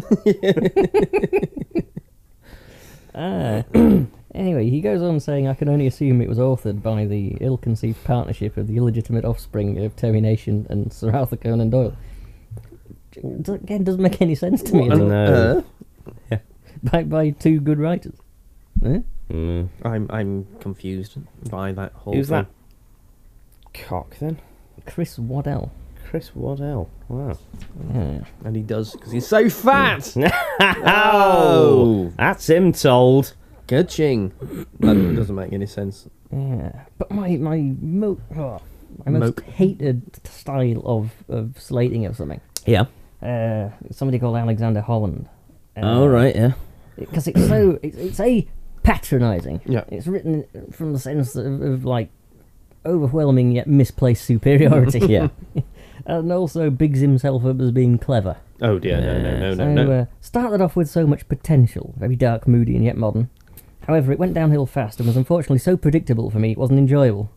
B: Ah. [CLEARS THROAT] anyway, he goes on saying, I can only assume it was authored by the ill conceived partnership of the illegitimate offspring of Termination and Sir Arthur Conan Doyle. J- d- Again, doesn't make any sense to me.
D: What
B: at all.
D: on
C: No.
D: earth?
B: [LAUGHS] By, by two good writers. Eh?
C: Mm.
D: Uh, I'm I'm confused by that whole.
C: Who's
D: thing.
C: that? Cock then?
B: Chris Waddell.
C: Chris Waddell. Wow.
B: Yeah.
D: And he does because he's so fat.
C: Oh, that's him told.
D: Gutching. That doesn't make any sense.
B: Yeah. But my, my, mo- oh, my most
D: Moke.
B: hated style of, of slating of something.
C: Yeah.
B: Uh, somebody called Alexander Holland. Uh,
C: Yeah.
B: because it's
D: [CLEARS THROAT]
B: so it's, it's a patronizing
D: Yeah.
B: it's written from the sense of, of like overwhelming yet
D: [LAUGHS]
B: misplaced superiority
C: Yeah.
B: [LAUGHS] and also bigs himself up as being clever
D: Oh dear, no, no, no, no,
B: so
D: no.
B: uh, started off with so much potential very dark moody and yet modern however it went downhill fast and was unfortunately so predictable for me it wasn't enjoyable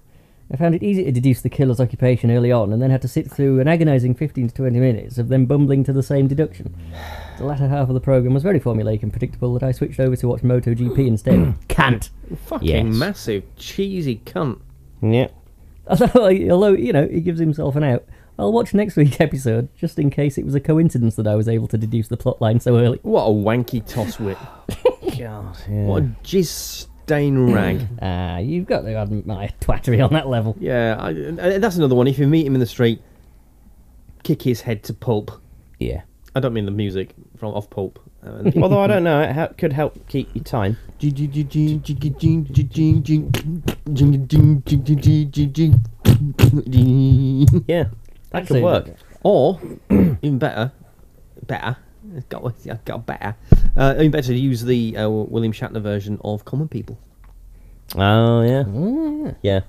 B: I found it easy to deduce the killer's occupation early on, and then had to sit through an agonising 15 to 20 minutes of them bumbling to the same deduction. The latter half of the programme was very formulaic and predictable that I switched over to watch
D: [COUGHS]
B: MotoGP instead. Can't!
D: Fucking
C: Yes.
D: massive cheesy cunt.
C: Yeah.
B: Although, although, you know, he gives himself an out. I'll watch next week's [LAUGHS] episode, just in case it was a coincidence that I was able to deduce the plotline so early.
D: What a wanky tosswit.
C: God. Yeah.
D: [SIGHS] What a jizz stain [CLEARS THROAT] rag.
B: Ah, you've got to admit my [LAUGHS] twattery on that level.
D: yeah, I, I- that's another one. If you meet him in the street, kick his head to pulp.
C: Yeah.
D: I don't mean the music from off pulp. [LAUGHS] Uh, the people-
C: Although I don't know, it hel- could help keep you time. Yeah. That
B: Absolutely.
C: could work.
D: or even better, better. I've got, I've got better. Uh, even better to use the uh, William Shatner version of Common People.
C: Oh yeah. Yeah.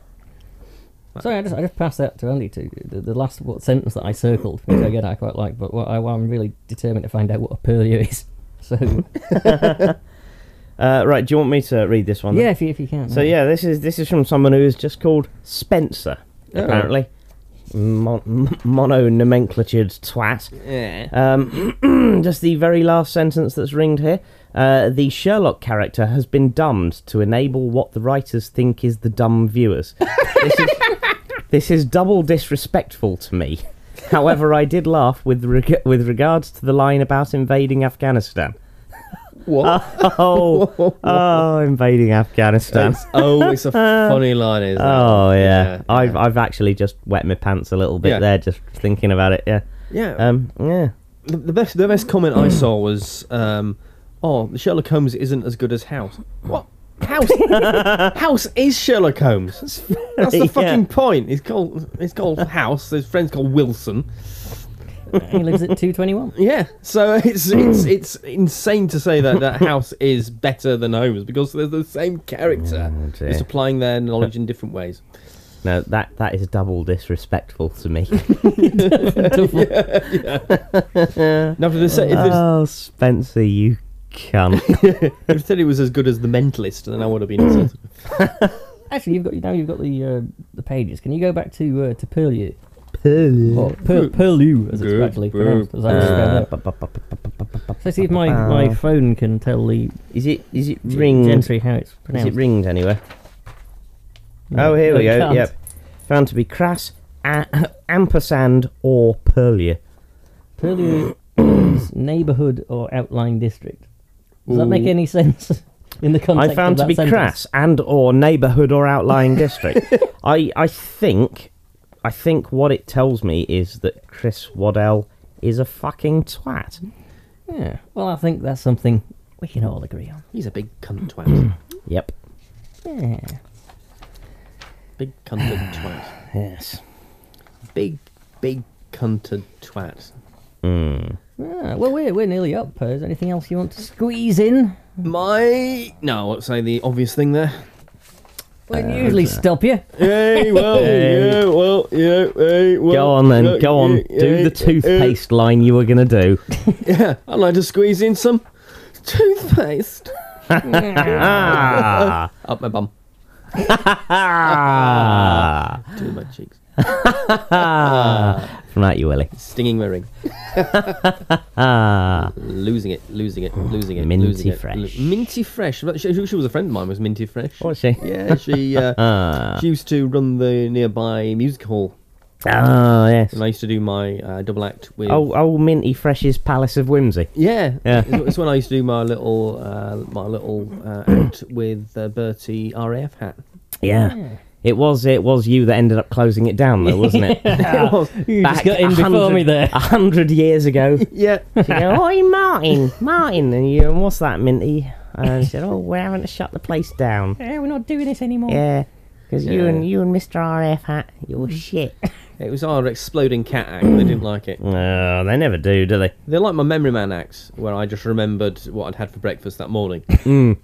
B: Sorry, I just, I just passed that to Andy too. The, the last what sentence that I circled, which again I quite like, but what I, I'm really determined to find out what a purlieu is. [LAUGHS]
C: [LAUGHS]
B: So
C: Uh, right. Do you want me to read this one? then?
B: yeah, if you, if you can.
C: So yeah, this is this is from someone who is just called Spencer, apparently. Mon- m- mononomenclatured twat.
D: Yeah.
C: Um, [CLEARS THROAT] just the very last sentence that's ringed here. Uh, the Sherlock character has been dumbed to enable what the writers think is the dumb viewers. this, is, this is double disrespectful to me. However, I did laugh with reg- with regards to the line about invading Afghanistan.
D: [LAUGHS] What?
C: Oh, oh, invading Afghanistan.
D: It's- [LAUGHS] oh, it's a funny line, isn't
C: [LAUGHS] Oh
D: it?
C: yeah.
D: yeah.
C: I've I've actually just wet my pants a little bit
D: Yeah.
C: there just thinking about it. Yeah.
D: yeah.
C: Um. Yeah.
D: the, the best the best comment I saw was, um, "Oh, Sherlock Holmes isn't as good as House." What? [LAUGHS] House? House is Sherlock Holmes. That's, that's [LAUGHS]
C: Yeah.
D: the fucking point. It's called it's called House. His friend's called Wilson.
B: he lives at two twenty one.
D: Yeah. So [LAUGHS] it's it's it's insane to say that that House is better than Holmes because they're the same character.
C: Oh, dear.
D: Just applying their knowledge in different ways.
C: No, that that is double disrespectful to me.
D: Now, if they said if, it's-
C: oh, Spencer, you cunt.
D: if they said it was as good as The Mentalist, then I would have been insulted.
B: Actually, you've got now you've got the uh, the pages. Can you go back to uh, to purlieu or
C: Purlieu.
B: pur- purlieu as it's
D: Good.
B: actually pronounced? As I just found
C: Uh,
B: out.
C: bu- bu- bu- bu- bu- bu- bu- bu-
B: So see if my, my phone can tell the
C: Is it is it
B: g-
C: ringed?
B: gentry how it's
C: Is
B: pronounced.
C: it ringed anywhere? Oh, here
B: no,
C: we
B: it
C: go.
B: can't.
C: Yep. Found to be crass, a- [LAUGHS] ampersand, or purlieu.
B: Purlieu is neighbourhood or outlying district. Does that make any sense [LAUGHS] in the context?
C: I found
B: of
C: to
B: that
C: be
B: sentence?
C: crass and or neighbourhood or outlying district.
B: [LAUGHS]
C: I I think I think what it tells me is that Chris Waddell is a fucking twat.
B: Yeah. Well, I think that's something we can all agree on.
D: He's a big cunt twat.
C: Yep.
B: Yeah.
D: Big cunt and twat.
C: Yes.
D: Big, big cunted twat.
C: Mm.
B: Ah, well, we're, we're nearly up. Uh, is there anything else you want to squeeze in?
D: My no, I'll say the obvious thing there.
B: We not usually stop you.
D: [LAUGHS] Hey, well,
C: Hey.
D: yeah, well, yeah, hey, well.
C: Go on
D: yeah,
C: then. Go on.
D: yeah,
C: Do
D: yeah,
C: the toothpaste line you were
D: [LAUGHS]
C: gonna do.
D: Yeah, I'd like to squeeze in some toothpaste
C: ah.
D: up my bum,
C: Ah.
D: to my cheeks,
C: From that you Willie.
D: stinging my [LAUGHS] ring,
C: Ah.
D: losing it, losing it, losing it,
C: Minty
D: losing it.
C: fresh.
D: Lo- minty fresh. Oh, But She, she was a friend of mine. Was minty fresh.
C: What was she?
D: Yeah, she uh,
C: Ah. [LAUGHS]
D: she used to run the nearby music hall,
C: Ah yes.
D: and I used to do my uh, double act with.
C: Oh, oh, Minty Fresh's Palace of Whimsy.
D: Yeah,
C: Yeah.
D: It's, it's when I used to do my little uh, my little uh, act with uh, Bertie RAF hat.
C: Yeah. It was it was you that ended up closing it down though, wasn't [LAUGHS] it?
D: It was.
B: You just
C: Back
B: got in
C: a
B: before
C: hundred-
B: me there.
C: A [LAUGHS] hundred years [LAUGHS] ago.
D: Yeah,
C: She go, Oi, Martin, Martin, and you, what's that, Minty? And she said, Oh, we're having to shut the place down.
B: Eh, we're not doing this anymore.
C: Yeah, because you
D: Yeah.
C: and you and Mr. RF hat, you're shit.
D: [LAUGHS] it was our exploding cat act. They didn't like it.
C: [LAUGHS] No, they never do, do they?
D: They're like my memory man acts, where I just remembered what I'd had for breakfast that
C: [LAUGHS]
D: morning,
C: Mm.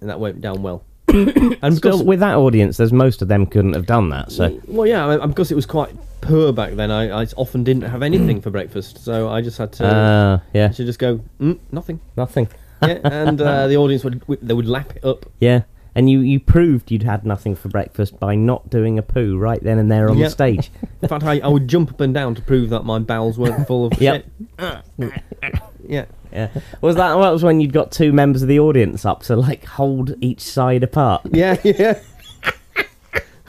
D: and that went down well. and because,
C: Because with that audience, there's most of them couldn't have done that. So
D: well, yeah, I- I- because it was quite poor back then, I, I often didn't have
C: [CLEARS THROAT]
D: anything for breakfast, so I just had to,
C: uh, yeah,
D: to just go mm, nothing.
C: nothing.
D: Yeah, and uh, the audience would would- they would lap it up.
C: Yeah, and you you proved you'd had nothing for breakfast by not doing a poo right then and there on
D: Yeah.
C: the [LAUGHS] stage.
D: In fact, I, I would jump up and down to prove that my bowels
C: [LAUGHS]
D: weren't full of
C: Yep.
D: shit. Yeah.
C: Yeah, was that that was when you'd got two members of the audience up to like hold each side apart
D: Yeah, yeah.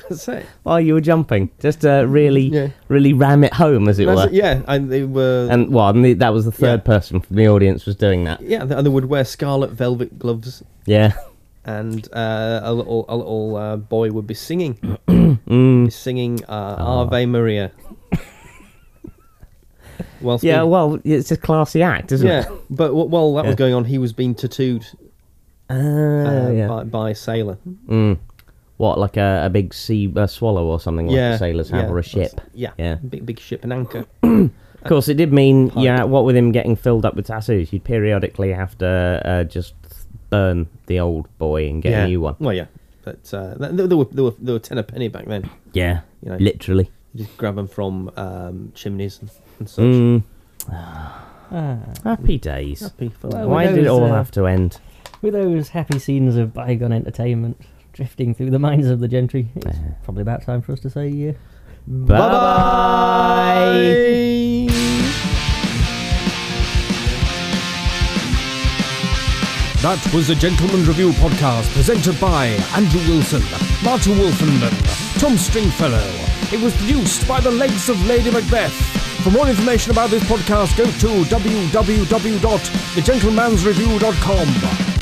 D: That's it.
C: while you were jumping, just to really
D: Yeah.
C: really ram it home, as it
D: That's
C: were.
D: it. Yeah, and they were.
C: And well, and the, that was the third
D: Yeah.
C: person from the audience was doing that.
D: yeah, and they would wear scarlet velvet gloves, [LAUGHS]
C: Yeah.
D: and uh, a little a little uh, boy would be
C: [CLEARS THROAT]
D: singing,
C: Mm.
D: be singing uh,
C: Ah.
D: Ave Maria. Whilst
C: Yeah,
D: being-
C: well, it's a classy act, isn't
D: yeah,
C: it?
D: but wh- while that
C: Yeah.
D: was going on, he was being tattooed uh,
C: Uh, yeah.
D: by, by a sailor.
C: What, like a, a big sea a swallow or something like the sailors have,
D: yeah,
C: or a
D: that's-
C: ship?
D: Yeah,
C: Yeah.
D: Big, big ship and anchor.
C: Of course, it did mean, yeah, what with him getting filled up with tattoos, you'd periodically have to uh, just burn the old boy and get
D: yeah.
C: a new one.
D: Well, yeah, but uh, th- there were there were there were ten a penny back then.
C: Yeah,
D: You know.
C: literally.
D: You just grab them from um, chimneys and, and such.
C: Mm,
B: Ah,
C: happy days.
D: Happy for
B: Well,
D: that.
C: Why did it
B: those,
C: all
B: uh,
C: have to end?
B: with those happy scenes of bygone entertainment drifting through the minds of the gentry, it's probably about time for us to say uh,
C: Bye-bye.
D: Bye.
G: That was the Gentleman Review podcast presented by Andrew Wilson, Marta Wolfenden, Tom Stringfellow. It was produced by the legs of Lady Macbeth. For more information about this podcast, go to www.thegentleman'sreview.com.